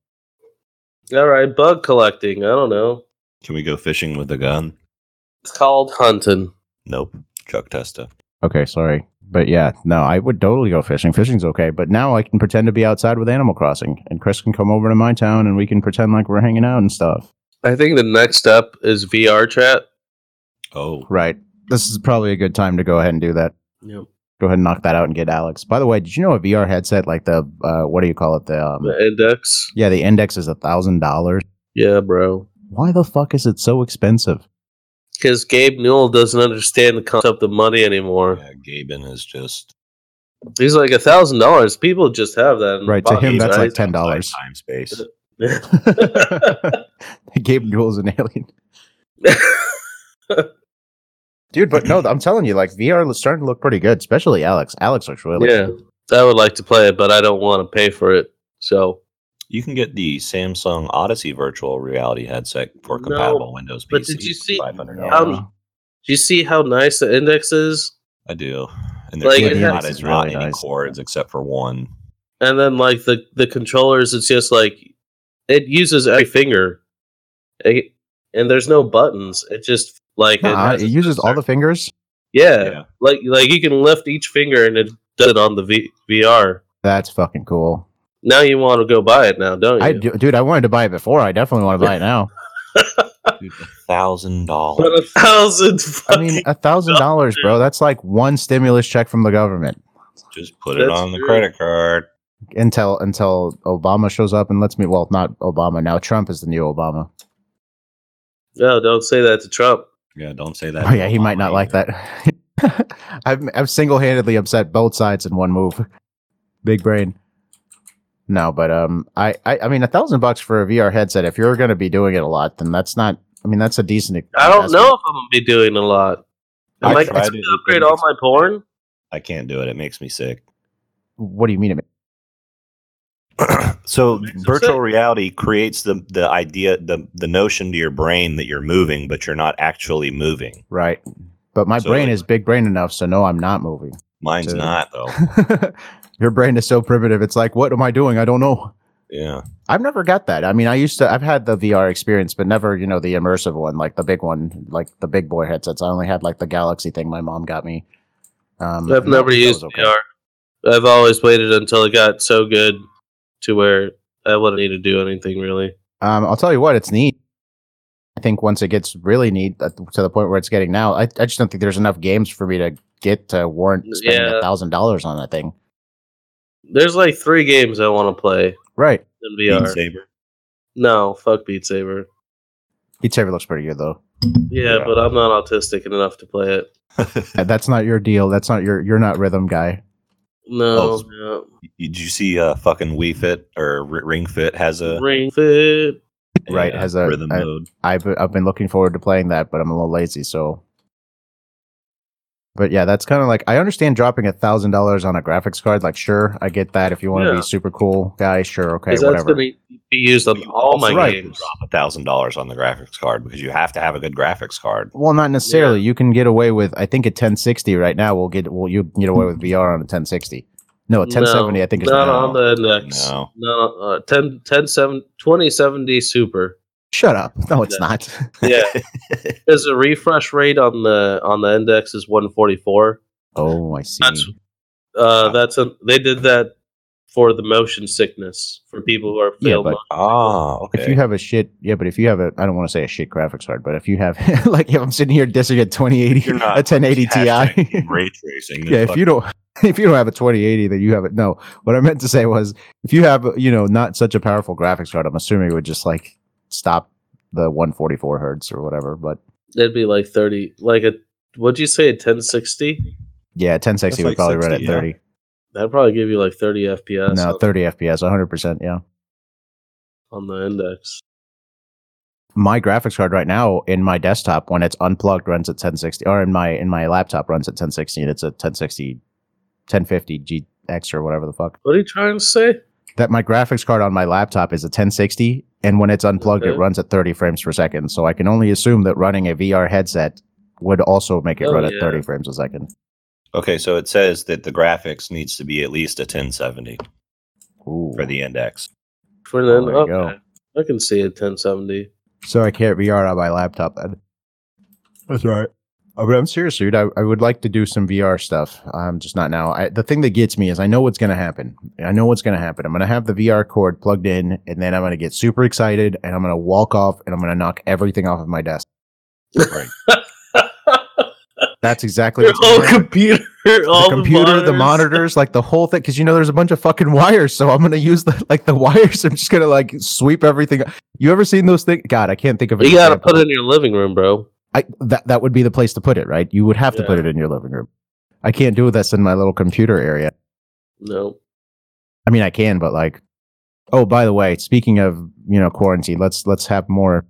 S3: All right, bug collecting. I don't know.
S2: Can we go fishing with a gun?
S3: It's called hunting.
S2: Nope. Chuck Testa.
S1: okay, sorry. But yeah, no, I would totally go fishing. Fishing's okay, but now I can pretend to be outside with Animal Crossing, and Chris can come over to my town, and we can pretend like we're hanging out and stuff.
S3: I think the next step is VR chat.
S2: Oh.
S1: Right. This is probably a good time to go ahead and do that.
S3: Yep.
S1: Go ahead and knock that out and get Alex. By the way, did you know a VR headset like the uh, what do you call it? The um,
S3: The index.
S1: yeah, the Index is a thousand dollars.
S3: Yeah, bro.
S1: Why the fuck is it so expensive?
S3: Because Gabe Newell doesn't understand the concept of money anymore.
S2: Yeah, Gaben is just
S3: He's like a thousand dollars. People just have that. in
S1: Right, to him,
S3: pockets,
S1: that's
S3: right?
S1: like ten dollars.
S2: Time space.
S1: they gave him Newell's an alien, dude. But no, I'm telling you, like VR is starting to look pretty good, especially Alex. Alex looks really
S3: yeah, I would like to play it, but I don't want to pay for it. So,
S2: You can get the Samsung Odyssey virtual reality headset for
S3: No,
S2: compatible Windows PC.
S3: but did you see-
S2: Five hundred
S1: Yeah.
S2: dollars.
S3: Um, do you see how nice the index is?
S2: I do. And
S3: Like,
S2: there's
S3: it
S2: not,
S3: has-
S2: it's
S1: It's
S2: not
S1: really
S2: any
S1: nice.
S2: cords except for one.
S3: And then like the the controllers, it's just like it uses every finger, It- and there's no buttons. It just like it
S1: Nuh-uh,
S3: has-
S1: it uses all the fingers.
S3: yeah, like like you can lift each finger and it does it on the v- VR.
S1: That's fucking cool.
S3: Now you want to go buy it now, don't you?
S1: I do, dude, I wanted to buy it before. I definitely want to buy it now.
S2: Thousand
S3: But
S2: dollars.
S3: a thousand.
S1: I mean, a thousand dollars, bro. That's like one stimulus check from the government
S2: Just put it
S3: That's
S2: on the
S3: true.
S2: credit card.
S1: until until Obama shows up and lets me. Well, not Obama now. Trump is the new Obama.
S3: No, don't say that to Trump.
S2: Yeah, don't say that.
S1: Oh yeah, he might not like that. I've I've single handedly upset both sides in one move. Big brain. No, but um, I I, I mean, a thousand bucks for a VR headset. If you're going to be doing it a lot, then that's not. I mean, that's a decent.
S3: I don't
S1: investment.
S3: know if I'm gonna be doing a lot. Am
S2: I
S3: I,
S2: tried
S3: gonna
S2: it.
S3: upgrade all my porn?
S2: I can't do it. It makes me sick.
S1: What do you mean? It
S2: so
S3: Makes me
S2: virtual
S3: sick.
S2: reality creates the the idea the the notion to your brain that you're moving, but you're not actually moving.
S1: Right. But my
S2: So,
S1: brain
S2: like-
S1: is big brain enough, so no, I'm not moving.
S2: Mine's
S1: So-
S2: not though.
S1: Your brain is so primitive. It's like, what am I doing? I don't know.
S2: Yeah.
S1: I've never got that. I mean, I used to, I've had the VR experience, but never, you know, the immersive one, like the big one, like the big boy headsets. I only had like the Galaxy thing my mom got me. Um,
S3: I've
S1: and that-
S3: never
S1: that
S3: used
S1: was okay.
S3: VR. I've always waited until it got so good to where I wouldn't need to do anything really.
S1: Um, I'll tell you what, it's neat. I think once it gets really neat uh, to the point where it's getting now, I, I just don't think there's enough games for me to get to warrant spending
S3: Yeah.
S1: a thousand dollars on that thing.
S3: There's like three games I want to play
S1: Right.
S3: in
S2: Beat
S3: VR.
S2: Saber.
S3: No, fuck Beat Saber.
S1: Beat Saber looks pretty good though.
S3: Yeah,
S2: Yeah.
S3: but I'm not autistic enough to play it.
S1: Uh, That's not your deal. That's not your. You're not rhythm guy.
S3: No,
S2: Oh, Did you see uh fucking Wii Fit or R- Ring Fit has
S3: no.
S2: a
S3: Ring Fit.
S1: Right, has a-
S2: rhythm
S1: a-
S2: mode?
S1: I've I've been looking forward to playing that, but I'm a little lazy. So, but yeah, that's kind of like I understand dropping a thousand dollars on a graphics card. Like, sure, I get that. If you want to
S3: Yeah.
S1: be super cool guy, sure, okay,
S3: 'Cause that's
S1: whatever.
S3: going to be used on all my
S1: Right.
S3: games.
S2: Drop a thousand dollars on the graphics card because you have to have a good graphics card.
S1: well, not necessarily. You can get away with. I think a 1060 right now will get. Well, you can get away with VR on a 1060. No, a 1070.
S3: No,
S1: I think is
S3: not
S1: the-
S3: on the index.
S2: No.
S3: No, uh, 10, 10 7, 2070 Super.
S1: Shut up. No, it's
S3: Yeah.
S1: not.
S3: Yeah, because the refresh rate on the on the index is 144.
S1: Oh, I see.
S3: That's uh, that's a they did that for the motion sickness for people who are
S1: Yeah,
S3: failed.
S1: but-
S2: Ah, okay.
S1: If you have a shit, yeah, but if you have a, I don't want to say a shit graphics card, but if you have, like, if I'm sitting here dissing a 2080,
S2: You're
S1: a
S2: not
S1: 1080 Ti,
S2: Hashtag ray tracing.
S1: yeah, if you don't, if you don't have a 2080, then you have it. No, what I meant to say was, if you have, you know, not such a powerful graphics card, I'm assuming it would just like stop the 144 hertz or whatever. But
S3: That'd be like 30, like a what'd you say, a 1060?
S1: yeah, 1060 would
S2: That's like
S1: probably run
S2: 60,
S1: at
S2: yeah.
S1: 30.
S3: That'd probably give you like 30 FPS
S1: No,
S3: on,
S1: 30 FPS, 100. percent Yeah,
S3: on the index.
S1: my graphics card right now in my desktop when it's unplugged runs at 1060 or in my in my laptop runs at 1060 and it's a 1060 1050 gx or whatever the fuck
S3: What are you trying to say?
S1: that my graphics card on my laptop is a 1060 and when it's unplugged it
S3: Okay.
S1: runs at 30 frames per second so i can only assume that running a vr headset would also make it
S3: Oh,
S1: run
S3: yeah.
S1: at 30 frames a second
S2: okay, so it says that the graphics needs to be at least a 1070
S1: Ooh.
S2: for the index.
S3: For the
S1: Oh, there you go.
S3: okay. I can see a 1070.
S1: so i can't vr on my laptop then that's right but I'm serious, dude. I, I would like to do some VR stuff. I'm just not now. I, the thing that gets me is I know what's going to happen. I know what's going to happen. I'm going to have the VR cord plugged in, and then I'm going to get super excited, and I'm going to walk off, and I'm going to knock everything off of my desk.
S2: Right.
S1: That's exactly
S3: Your
S1: what's
S3: whole
S1: gonna happen.
S3: computer, all
S1: the computer, the monitors, like the whole thing. Because you know, there's a bunch of fucking wires, so I'm gonna use the like the wires. I'm just gonna like sweep everything. You ever seen those things? God, I can't think of. an
S3: You gotta
S1: example.
S3: put it in your living room, bro.
S1: I, that that would be the place to put it, right? You would have to put
S3: Yeah.
S1: it in your living room. I can't do this in my little computer area.
S3: No.
S1: I mean, I can, but like, oh, by the way, speaking of you know quarantine, let's let's have more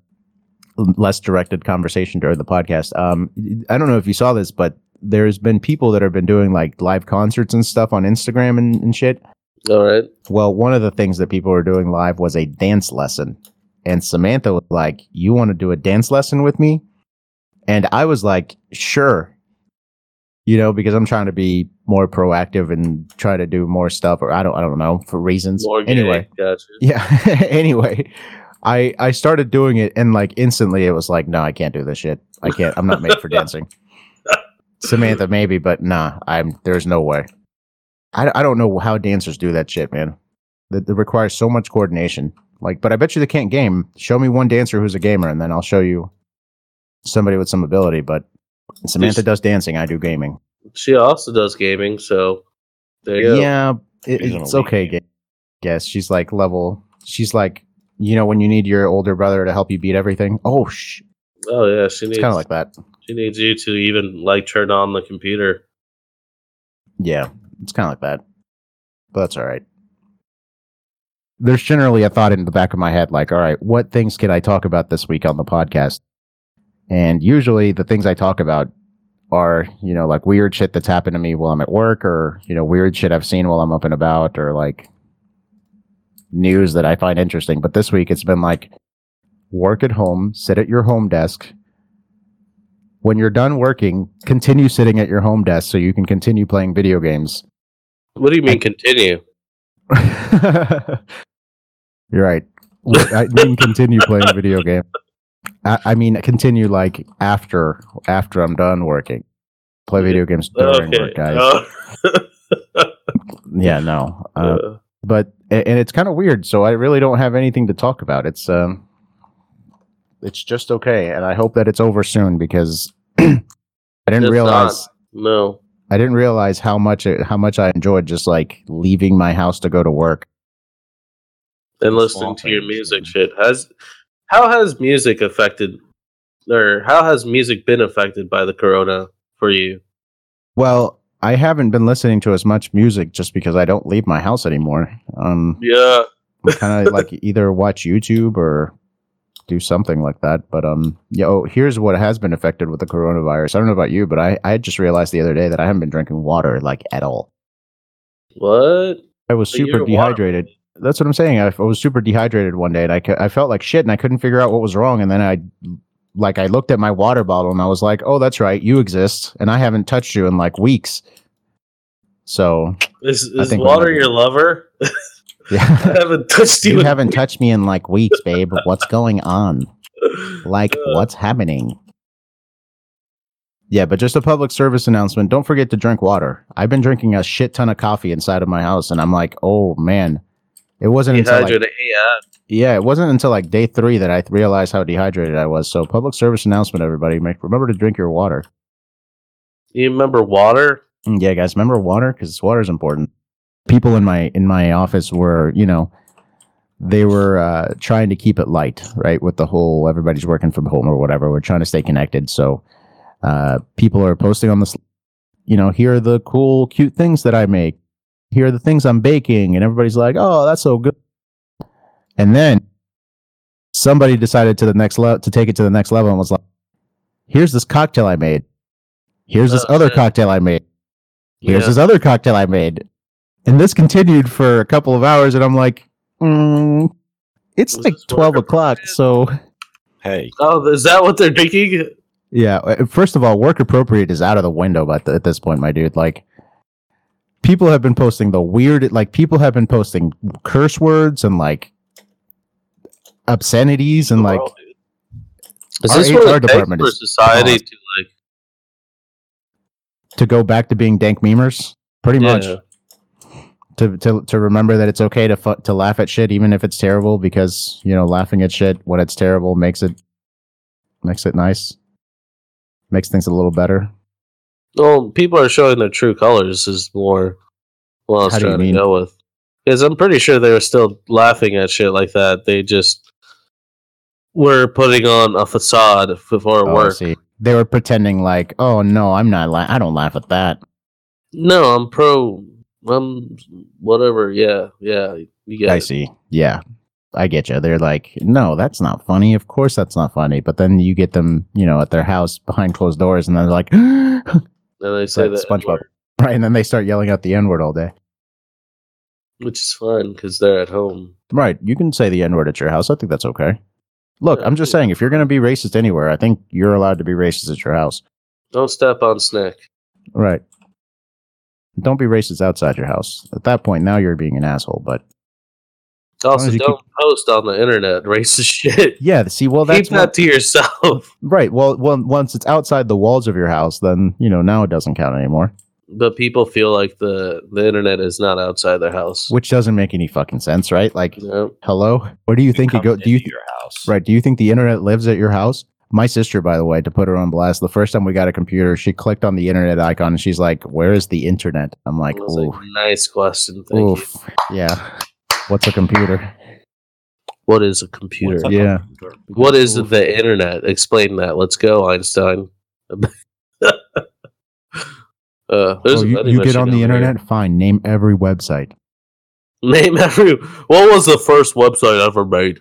S1: less directed conversation during the podcast. Um, I don't know if you saw this, but there's been people that have been doing like live concerts and stuff on Instagram and, and shit.
S3: All right.
S1: Well, one of the things that people were doing live was a dance lesson. And Samantha was like, You want to do a dance lesson with me? And I was like, Sure. You know, because I'm trying to be more proactive and try to do more stuff, or I don't, I don't know, for reasons.
S3: More gay,
S1: anyway,
S3: gotcha.
S1: yeah. anyway, I I started doing it, and like instantly, it was like, no, I can't do this shit. I can't. I'm not made for dancing. Samantha, maybe, but nah. I'm. There's no way. I, I don't know how dancers do that shit, man. That, that requires so much coordination. Like, but I bet you they can't game. Show me one dancer who's a gamer, and then I'll show you somebody with some ability. But Samantha
S3: Just-
S1: does dancing. I do gaming.
S3: She also does gaming, so there you go.
S1: Yeah, it,
S2: She's on a
S1: it's
S2: weak
S1: okay.
S2: game.
S1: Ga- guess she's like level. She's like, you know, when you need your older brother to help you beat everything. Oh, sh-
S3: Oh yeah, she
S1: it's
S3: needs
S1: kind of like that.
S3: she needs you to even like turn on the computer.
S1: Yeah, it's kind of like that. But that's all right. There's generally a thought in the back of my head like, all right, what things can I talk about this week on the podcast? And usually the things I talk about are, you know, like weird shit that's happened to me while I'm at work or, you know, weird shit I've seen while I'm up and about or like news that I find interesting. But this week it's been like work at home, sit at your home desk, when you're done working, continue sitting at your home desk so you can continue playing video games.
S3: What do you mean continue?
S1: you're right. I mean, continue playing video game. I, I mean, continue like after after I'm done working. Play video games during
S3: Okay. Oh.
S1: work, guys. yeah, no.
S3: uh,
S1: Uh,
S3: uh,
S1: but a- and it's kind of weird. So I really don't have anything to talk about. It's um, it's just okay, and I hope that it's over soon because I didn't
S3: It's
S1: realize.
S3: not. no.
S1: I didn't realize how much it, how much I enjoyed just like leaving my house to go to work.
S3: And
S2: Small
S3: listening to your
S2: things,
S3: music
S2: yeah.
S3: shit. Has how has music affected or how has music been affected by the corona for you?
S1: Well, I haven't been listening to as much music just because I don't leave my house anymore. Um,
S3: Yeah.
S1: kind of like either watch YouTube or do something like that. But um, yeah. Oh, here's what has been affected with the coronavirus. I don't know about you, but I I just realized the other day that I haven't been drinking water like at all.
S3: What?
S1: I was
S3: But you're
S1: super
S3: a water
S1: dehydrated. That's what I'm saying. I, I was super dehydrated one day, and I, cou- I felt like shit, and I couldn't figure out what was wrong. And then I, like, I looked at my water bottle, and I was like, "Oh, that's right, you exist, and I haven't touched you in like weeks." So
S3: Is,
S1: I
S3: is
S1: think
S3: water
S1: we're-
S3: your lover? I
S1: yeah,
S3: haven't touched you.
S1: you
S3: in-
S1: haven't touched me in like weeks, babe. What's going on? Like,
S3: Uh,
S1: what's happening? Yeah, but just a public service announcement. Don't forget to drink water. I've been drinking a shit ton of coffee inside of my house, and I'm like, oh man, it wasn't until like,
S3: Dehydrated AF.
S1: Yeah, it wasn't until like day three that I th- realized how dehydrated I was. So, public service announcement, everybody, make, remember to drink your water.
S3: You remember water?
S1: Mm, Yeah, guys, remember water because water is important. People in my in my office were, you know, they were uh, trying to keep it light, right? With the whole everybody's working from home or whatever. We're trying to stay connected, so uh, people are posting on this. You know, here are the cool, cute things that I make. Here are the things I'm baking, and everybody's like, "Oh, that's so good." And then somebody decided to the next level to take it to the next level and was like, "Here's this cocktail I made. Here's this
S3: Oh,
S1: other
S3: shit.
S1: cocktail I made." here's
S3: Yeah.
S1: this other cocktail I made. And this continued for a couple of hours, and I'm like, mm, it's
S3: Was
S1: like
S3: this
S1: 12
S3: work
S1: o'clock.
S3: appropriate?
S1: So,
S2: Hey,
S3: Oh, is that what they're drinking?
S1: yeah, uh, first of all, work appropriate is out of the window but at this point, my dude. Like, people have been posting the weird, like, people have been posting curse words and like obscenities and like,
S3: is
S1: our
S3: this what
S1: HR
S3: it takes
S1: department
S3: for
S1: is
S3: society to like?
S1: to go back to being dank memers, pretty much.
S3: Yeah.
S1: to to to remember that it's okay to fu- to laugh at shit even if it's terrible because you know laughing at shit when it's terrible makes it makes it nice makes things a little better
S3: Well, people are showing their true colors is more what I was
S1: How do you
S3: trying to
S1: mean?
S3: go with. Because I'm pretty sure they were still laughing at shit like that. They just were putting on a facade before
S1: Oh, I
S3: work.
S1: see. they were pretending like oh no i'm not la- i don't laugh at that
S3: No, I'm pro um, whatever. Yeah, yeah. You got
S1: I
S3: it.
S1: see. Yeah. I get you. They're like, no, that's not funny. Of course, that's not funny. But then you get them, you know, at their house behind closed doors, and they're like, right,
S3: And they say
S1: Like
S3: that
S1: SpongeBob.
S3: N-word,
S1: and then they start yelling out the N word all day.
S3: which is fun because they're at home.
S1: Right. You can say the N word at your house. I think that's okay. Look,
S3: Yeah,
S1: I'm just
S3: cool.
S1: saying, if you're going to be racist anywhere, I think you're allowed to be racist at your house.
S3: Don't step on snack.
S1: Right. Don't be racist outside your house. At that point, now you're being an asshole. But long
S3: Also,
S1: as you
S3: don't post on the internet racist shit.
S1: yeah, see, well, that's
S3: Keep that
S1: what,
S3: to yourself.
S1: right. Well, well, once it's outside the walls of your house, then you know now it doesn't count anymore,
S3: But people feel like the the internet is not outside their house.
S1: which doesn't make any fucking sense, right? Like,
S3: No.
S1: hello, where do you think it
S2: comes
S1: go? Do you
S2: into your house?
S1: Right. Do you think the internet lives at your house? My sister, by the way, to put her on blast, the first time we got a computer, she clicked on the internet icon and she's like, Where is the internet? I'm like,
S3: That was
S1: Oof.
S3: a nice question. Thank you.
S1: oof. Yeah. What's a computer?
S3: What is a computer?
S2: What's up,
S1: Yeah.
S2: computer?
S3: What is
S1: Oof.
S3: the internet? Explain that. Let's go, Einstein. uh, there's
S1: Oh,
S3: a
S1: you
S3: vending
S1: you get
S3: machine
S1: on the
S3: over here.
S1: internet? Fine. Name every website.
S3: Name every. What was the first website ever made?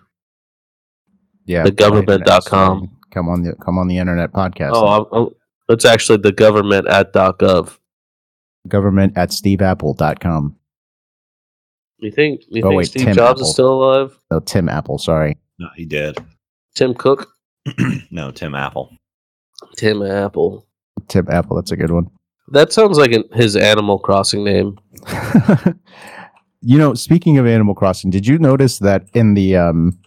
S1: Yeah.
S3: The government.com.
S1: right, Come on the come on the internet podcast.
S3: Oh, I'm, I'm, it's actually the government at .gov.
S1: Government at steveapple.com.
S3: You think? You
S1: Oh,
S3: think
S1: wait,
S3: Steve
S1: Tim
S3: Jobs
S1: Apple.
S3: is still alive?
S1: No, Tim Apple, sorry.
S2: No, he did.
S3: Tim Cook,
S2: no, Tim Apple.
S3: Tim Apple.
S1: Tim Apple, that's a good one.
S3: That sounds like an, his Animal Crossing name.
S1: you know, speaking of Animal Crossing, did you notice that in the um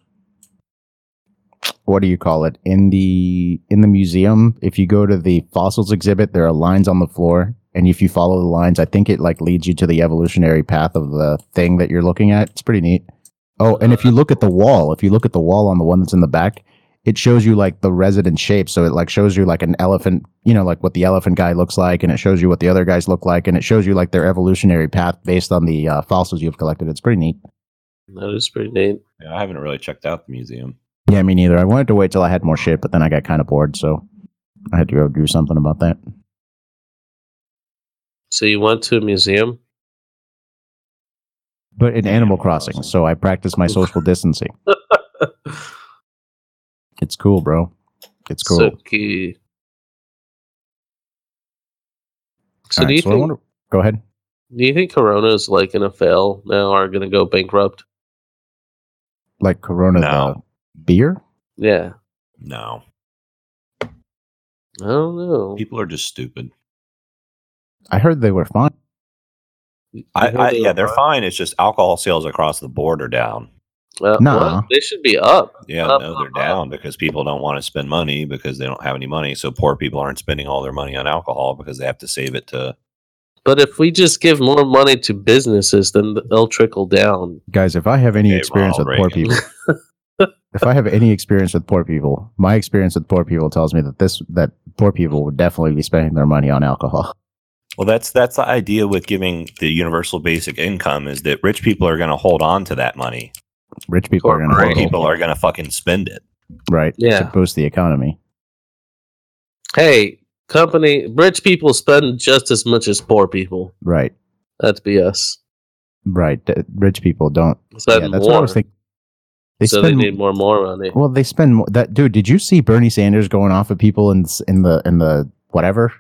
S1: what do you call it? In the in the museum, if you go to the fossils exhibit, there are lines on the floor. And if you follow the lines, I think it like leads you to the evolutionary path of the thing that you're looking at. It's pretty neat. Oh, and if you look at the wall, if you look at the wall on the one that's in the back, it shows you like the resident shape. So it like shows you like an elephant, you know, like what the elephant guy looks like, and it shows you what the other guys look like, and it shows you like their evolutionary path based on the uh, fossils you've collected. It's pretty neat.
S3: That is pretty neat.
S2: Yeah, I haven't really checked out the museum.
S1: Yeah, me neither. I wanted to wait till I had more shit, but then I got kind of bored, so I had to go do something about that.
S3: So you went to a museum?
S1: But in Animal
S2: Animal
S1: Crossing,
S2: Crossing.
S1: so I practiced my social distancing. It's cool, bro. It's cool.
S3: So, key. so
S1: All
S3: do
S1: right,
S3: you
S1: so I
S3: think?
S1: wonder- go ahead.
S3: Do you think Corona's like gonna fail now? Are gonna go bankrupt?
S1: Like Corona
S2: No.
S1: the beer?
S3: Yeah,
S2: No,
S3: I don't know.
S2: people are just stupid.
S1: I heard they were fine.
S2: I,
S3: heard
S2: I
S3: they
S2: yeah,
S3: were
S2: they're fine. It's just alcohol sales across the board are down.
S3: Well,
S1: Nah.
S3: Uh, well, they should be up.
S2: Yeah,
S3: Up,
S2: no,
S3: up,
S2: they're
S3: up.
S2: down because people don't want to spend money because they don't have any money. So poor people aren't spending all their money on alcohol because they have to save it to.
S3: But if we just give more money to businesses, then they'll trickle down.
S1: Guys, if I have any
S2: Hey,
S1: experience with
S2: Ronald
S1: poor
S2: Reagan.
S1: people, if I have any experience with poor people, my experience with poor people tells me that this that poor people would definitely be spending their money on alcohol.
S2: Well, that's that's the idea with giving the universal basic income is that rich people are going to hold on to that money.
S1: Rich people are going
S2: Poor
S3: Right.
S1: to
S2: people are going to fucking spend it.
S1: right
S3: Yeah.
S1: to boost the economy.
S3: Hey, company, rich people spend just as much as poor people.
S1: Right,
S3: That's BS.
S1: right. Th- Rich people don't.
S3: Spend
S1: yeah, that's
S3: more,
S1: what I was thinking. They
S3: so
S1: spend
S3: they need more more money.
S1: well. They spend more. That dude. Did you see Bernie Sanders going off at people in s- in the in the whatever?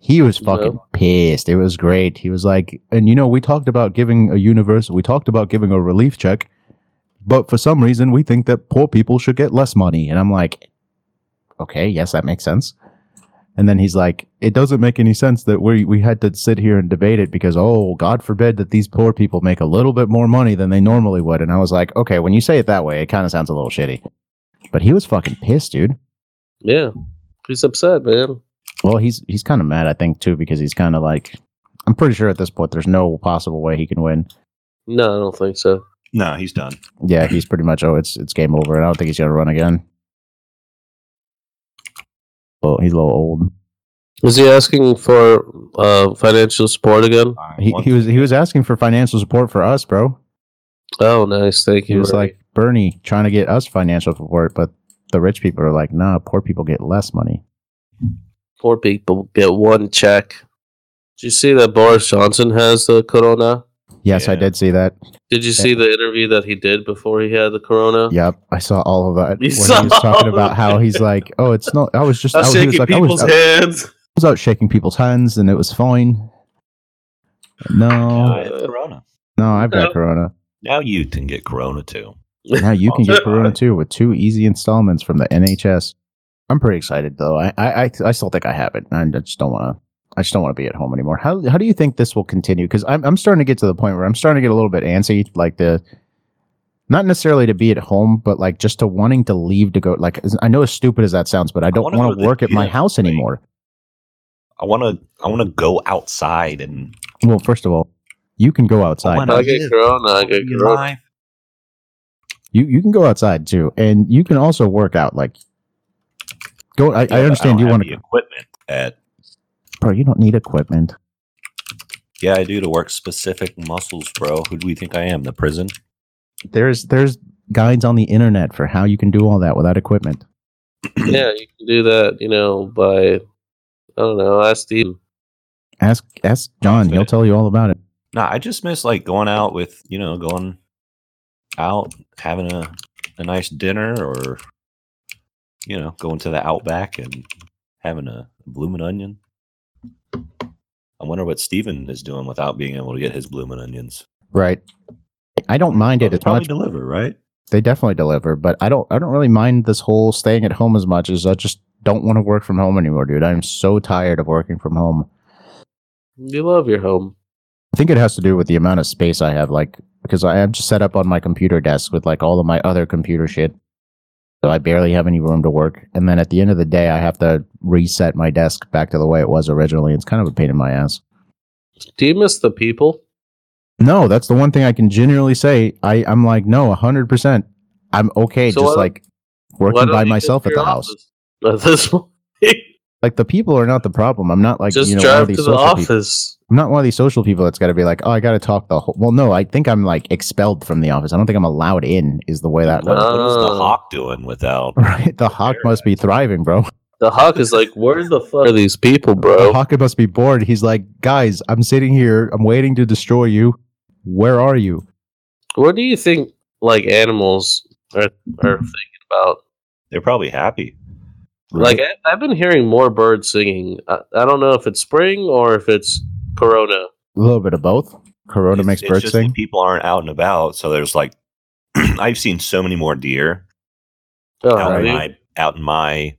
S1: He was fucking pissed. It was great. He was like, and you know, we talked about giving a universal. We talked about giving a relief check, but for some reason, we think that poor people should get less money. And I'm like, okay, yes, that makes sense. And then he's like, it doesn't make any sense that we we had to sit here and debate it because oh, God forbid that these poor people make a little bit more money than they normally would. And I was like, okay, when you say it that way, it kind of sounds a little shitty. But he was fucking pissed, dude.
S3: Yeah, he's upset, man.
S1: Well, he's he's kind of mad, I think, too, because he's kind of like, I'm pretty sure at this point there's no possible way he can win.
S3: No, I don't think so.
S2: No, he's done.
S1: Yeah, he's pretty much oh, it's it's game over, and I don't think he's gonna run again. Well, he's a little old.
S3: Was he asking for uh, financial support again?
S1: He, he was he was asking for financial support for us, bro.
S3: Oh, nice. Thank you.
S1: He was
S3: Bernie.
S1: like Bernie trying to get us financial support, but the rich people are like, nah, poor people get less money.
S3: poor people get one check. Did you see that Boris Johnson has the corona?
S1: Yes, I
S2: Yeah.
S1: did see that.
S3: Did you see the interview that he did before he had the corona?
S1: Yep, I saw all of that.
S3: You
S1: when he was
S3: saw all
S1: talking
S3: of
S1: about how
S3: it.
S1: he's like, "Oh, it's not. I was just. I
S3: I'm
S1: was, he was
S3: shaking
S1: like, I was,
S3: people's
S1: I
S3: hands.
S1: was out shaking people's hands, and it was fine.
S2: Now I
S1: No,
S2: have corona.
S1: no, I've got
S3: No.
S1: corona.
S2: uh, Now you can get corona too.
S1: Now you can get
S2: Awesome.
S1: corona too with two easy installments from the NHS. I'm pretty excited though. I I, I, I still think I have it. I just don't want to. I just don't want to be at home anymore. How how do you think this will continue? Because I'm I'm starting to get to the point where I'm starting to get a little bit antsy. Like the not necessarily to be at home, but like just to wanting to leave to go. Like I know as stupid as that sounds, but I don't
S2: wanna
S1: want
S2: go to
S1: to
S2: the
S1: work at my
S2: gym,
S1: house
S2: like-
S1: anymore.
S2: I want to. I want to go outside and
S1: Well, first of all, you can go outside.
S2: not?
S3: I get corona. I get
S2: Be
S3: corona.
S2: live.
S1: You you can go outside too, and you can also work out. Like go. I,
S2: Yeah,
S1: I
S2: but
S1: understand
S2: don't
S1: you
S2: have
S1: want
S2: the
S1: to,
S2: equipment at.
S1: bro. You don't need equipment.
S2: Yeah, I do to work specific muscles, bro. Who do we think I am? The prison?
S1: There's there's guides on the internet for how you can do all that without equipment.
S3: Yeah, you can do that. You know, by I don't know. Ask Steven.
S1: Ask ask John. He'll tell you all about it.
S2: No, I just miss like going out with you know going out having a a nice dinner or you know going to the outback and having a bloomin' onion. I wonder what Steven is doing without being able to get his bloomin' onions.
S1: Right. I don't mind it
S2: They
S1: as
S2: probably
S1: much.
S2: deliver, right?
S1: They definitely deliver, but I don't I don't really mind this whole staying at home as much as I just don't want to work from home anymore, dude. I'm so tired of working from home.
S3: You love your home.
S1: I think it has to do with the amount of space I have, like because I am just set up on my computer desk with like all of my other computer shit. So I barely have any room to work. And then at the end of the day I have to reset my desk back to the way it was originally. It's kind of a pain in my ass.
S3: Do you miss the people?
S1: No, that's the one thing I can genuinely say. I, I'm like, no, hundred percent. I'm okay,
S3: So why
S1: just
S3: don't-
S1: like
S3: Why
S1: working
S3: don't
S1: by
S3: you go
S1: myself
S3: to
S1: at the
S3: your
S1: house.
S3: office At this point,
S1: Like the people are not the problem. I'm not like
S3: just
S1: you know one
S3: drive
S1: of
S3: to
S1: these
S3: the
S1: social people.
S3: office.
S1: I'm not one of these social people that's got to be like, oh, I got to talk the whole. Well, no, I think I'm like expelled from the office. I don't think I'm allowed in. Is the way that
S2: What,
S1: works.
S2: what is the
S3: Ah.
S2: hawk doing without?
S1: Right, the hawk must be thriving, bro.
S3: The hawk is like, where the fuck are these people,
S1: The
S3: bro?
S1: hawk must be bored. He's like, guys, I'm sitting here. I'm waiting to destroy you. Where are you?
S3: What do you think like animals are are thinking about?
S2: They're probably happy.
S3: Like I, I've been hearing more birds singing. I, I don't know if it's spring or if it's corona.
S1: A little bit of both. Corona
S2: It's-
S1: makes
S2: it's
S1: birds
S2: just that
S1: sing.
S2: People aren't out and about, so there's like I've seen so many more deer
S3: Oh,
S2: out
S1: Alright.
S2: in
S3: right.
S2: my out in my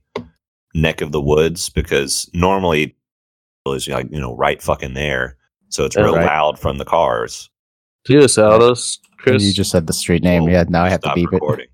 S2: neck of the woods because normally is like you know right fucking there, so it's
S3: Yeah,
S2: real
S1: right.
S2: loud from the cars.
S3: Do this out us, Chris.
S1: You just said the street name.
S2: Well,
S1: Yeah, now I have to
S2: Oh, Stop
S1: beep it.
S2: recording.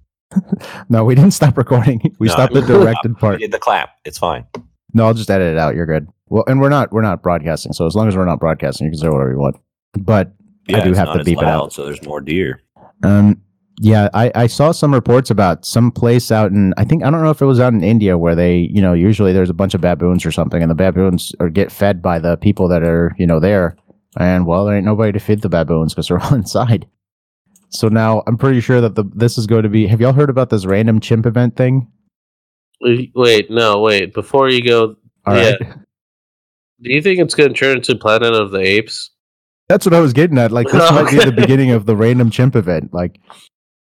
S1: No, we didn't stop recording. We
S2: No,
S1: stopped
S2: I
S1: the
S2: mean-
S1: directed
S2: We
S1: part.
S2: did the clap. It's fine.
S1: No, I'll just edit it out. You're good. Well, and we're not we're not broadcasting. So as long as we're not broadcasting, you can say whatever you want. But I do
S2: it's
S1: have
S2: not
S1: to
S2: as
S1: beep it out.
S2: loud, So there's more deer.
S1: um, yeah, I, I saw some reports about some place out in I think I don't know if it was out in India where they you know usually there's a bunch of baboons or something, and the baboons are get fed by the people that are you know there, and well there ain't nobody to feed the baboons because they're all inside. So now I'm pretty sure that the this is going to be. Have y'all heard about this random chimp event thing?
S3: wait, no, wait. Before you go,
S1: All
S3: Yeah.
S1: right.
S3: do you think it's going to turn into Planet of the Apes?
S1: That's what I was getting at. Like this might be the
S3: Okay.
S1: beginning of the random chimp event. Like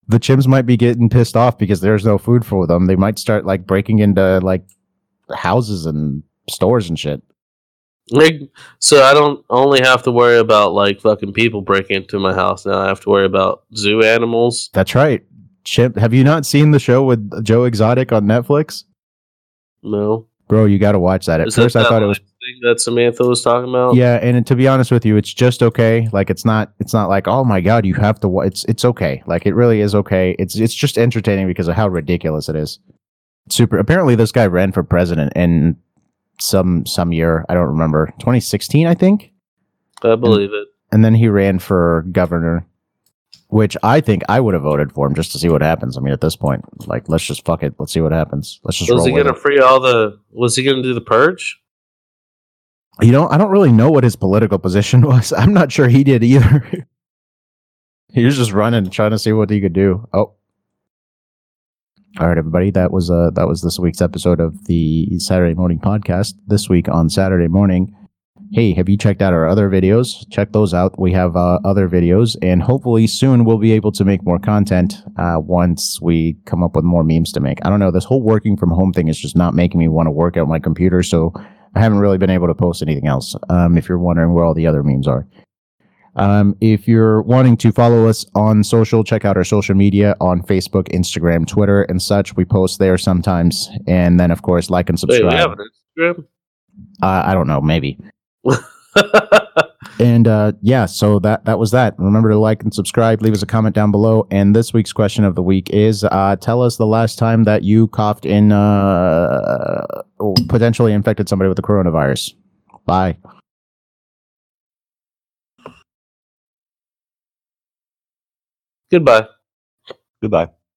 S1: the chimps might be getting pissed off because there's no food for them. They might start like breaking into like houses and stores and shit.
S3: Like, so I don't only have to worry about like fucking people breaking into my house now. I have to worry about zoo animals.
S1: That's right. Chimp have you not seen the show with Joe Exotic on Netflix?
S3: No,
S1: Bro, you gotta watch that. At
S3: Is that
S1: first I
S3: that
S1: thought it was
S3: life thing that Samantha was talking about.
S1: Yeah, and it- to be honest with you, it's just okay. Like it's not it's not like, "Oh my god, you have to wa-" it's it's okay." Like it really is okay. It's it's just entertaining because of how ridiculous it is. Super. Apparently this guy ran for president in some some year, I don't remember. 2016, I think.
S3: I believe it.
S1: And then he ran for governor, which I think I would have voted for him just to see what happens. I mean, at this point, like let's just fuck it. Let's see what happens. Let's just
S3: Was
S1: roll
S3: he
S1: with
S3: gonna
S1: it.
S3: free all the? Was he gonna do the purge?
S1: You know, I don't really know what his political position was. I'm not sure he did either. he was just running, trying to see what he could do. Oh. All right, everybody. That was uh that was this week's episode of the Saturday morning podcast. This week on Saturday morning, hey, have you checked out our other videos? Check those out. We have uh, other videos, and hopefully soon we'll be able to make more content uh, once we come up with more memes to make. I don't know. This whole working from home thing is just not making me want to work at my computer, so I haven't really been able to post anything else. Um, if you're wondering where all the other memes are. Um, if you're wanting to follow us on social, check out our social media on Facebook, Instagram, Twitter, and such. We post there sometimes, and then of course like and
S3: Wait,
S1: subscribe.
S3: we have an Instagram.
S1: Uh, I don't know, maybe. And uh, yeah, so that that was that. Remember to like and subscribe. Leave us a comment down below. And this week's question of the week is: uh, Tell us the last time that you coughed in uh, or potentially infected somebody with the coronavirus. Bye.
S3: Goodbye.
S2: Goodbye.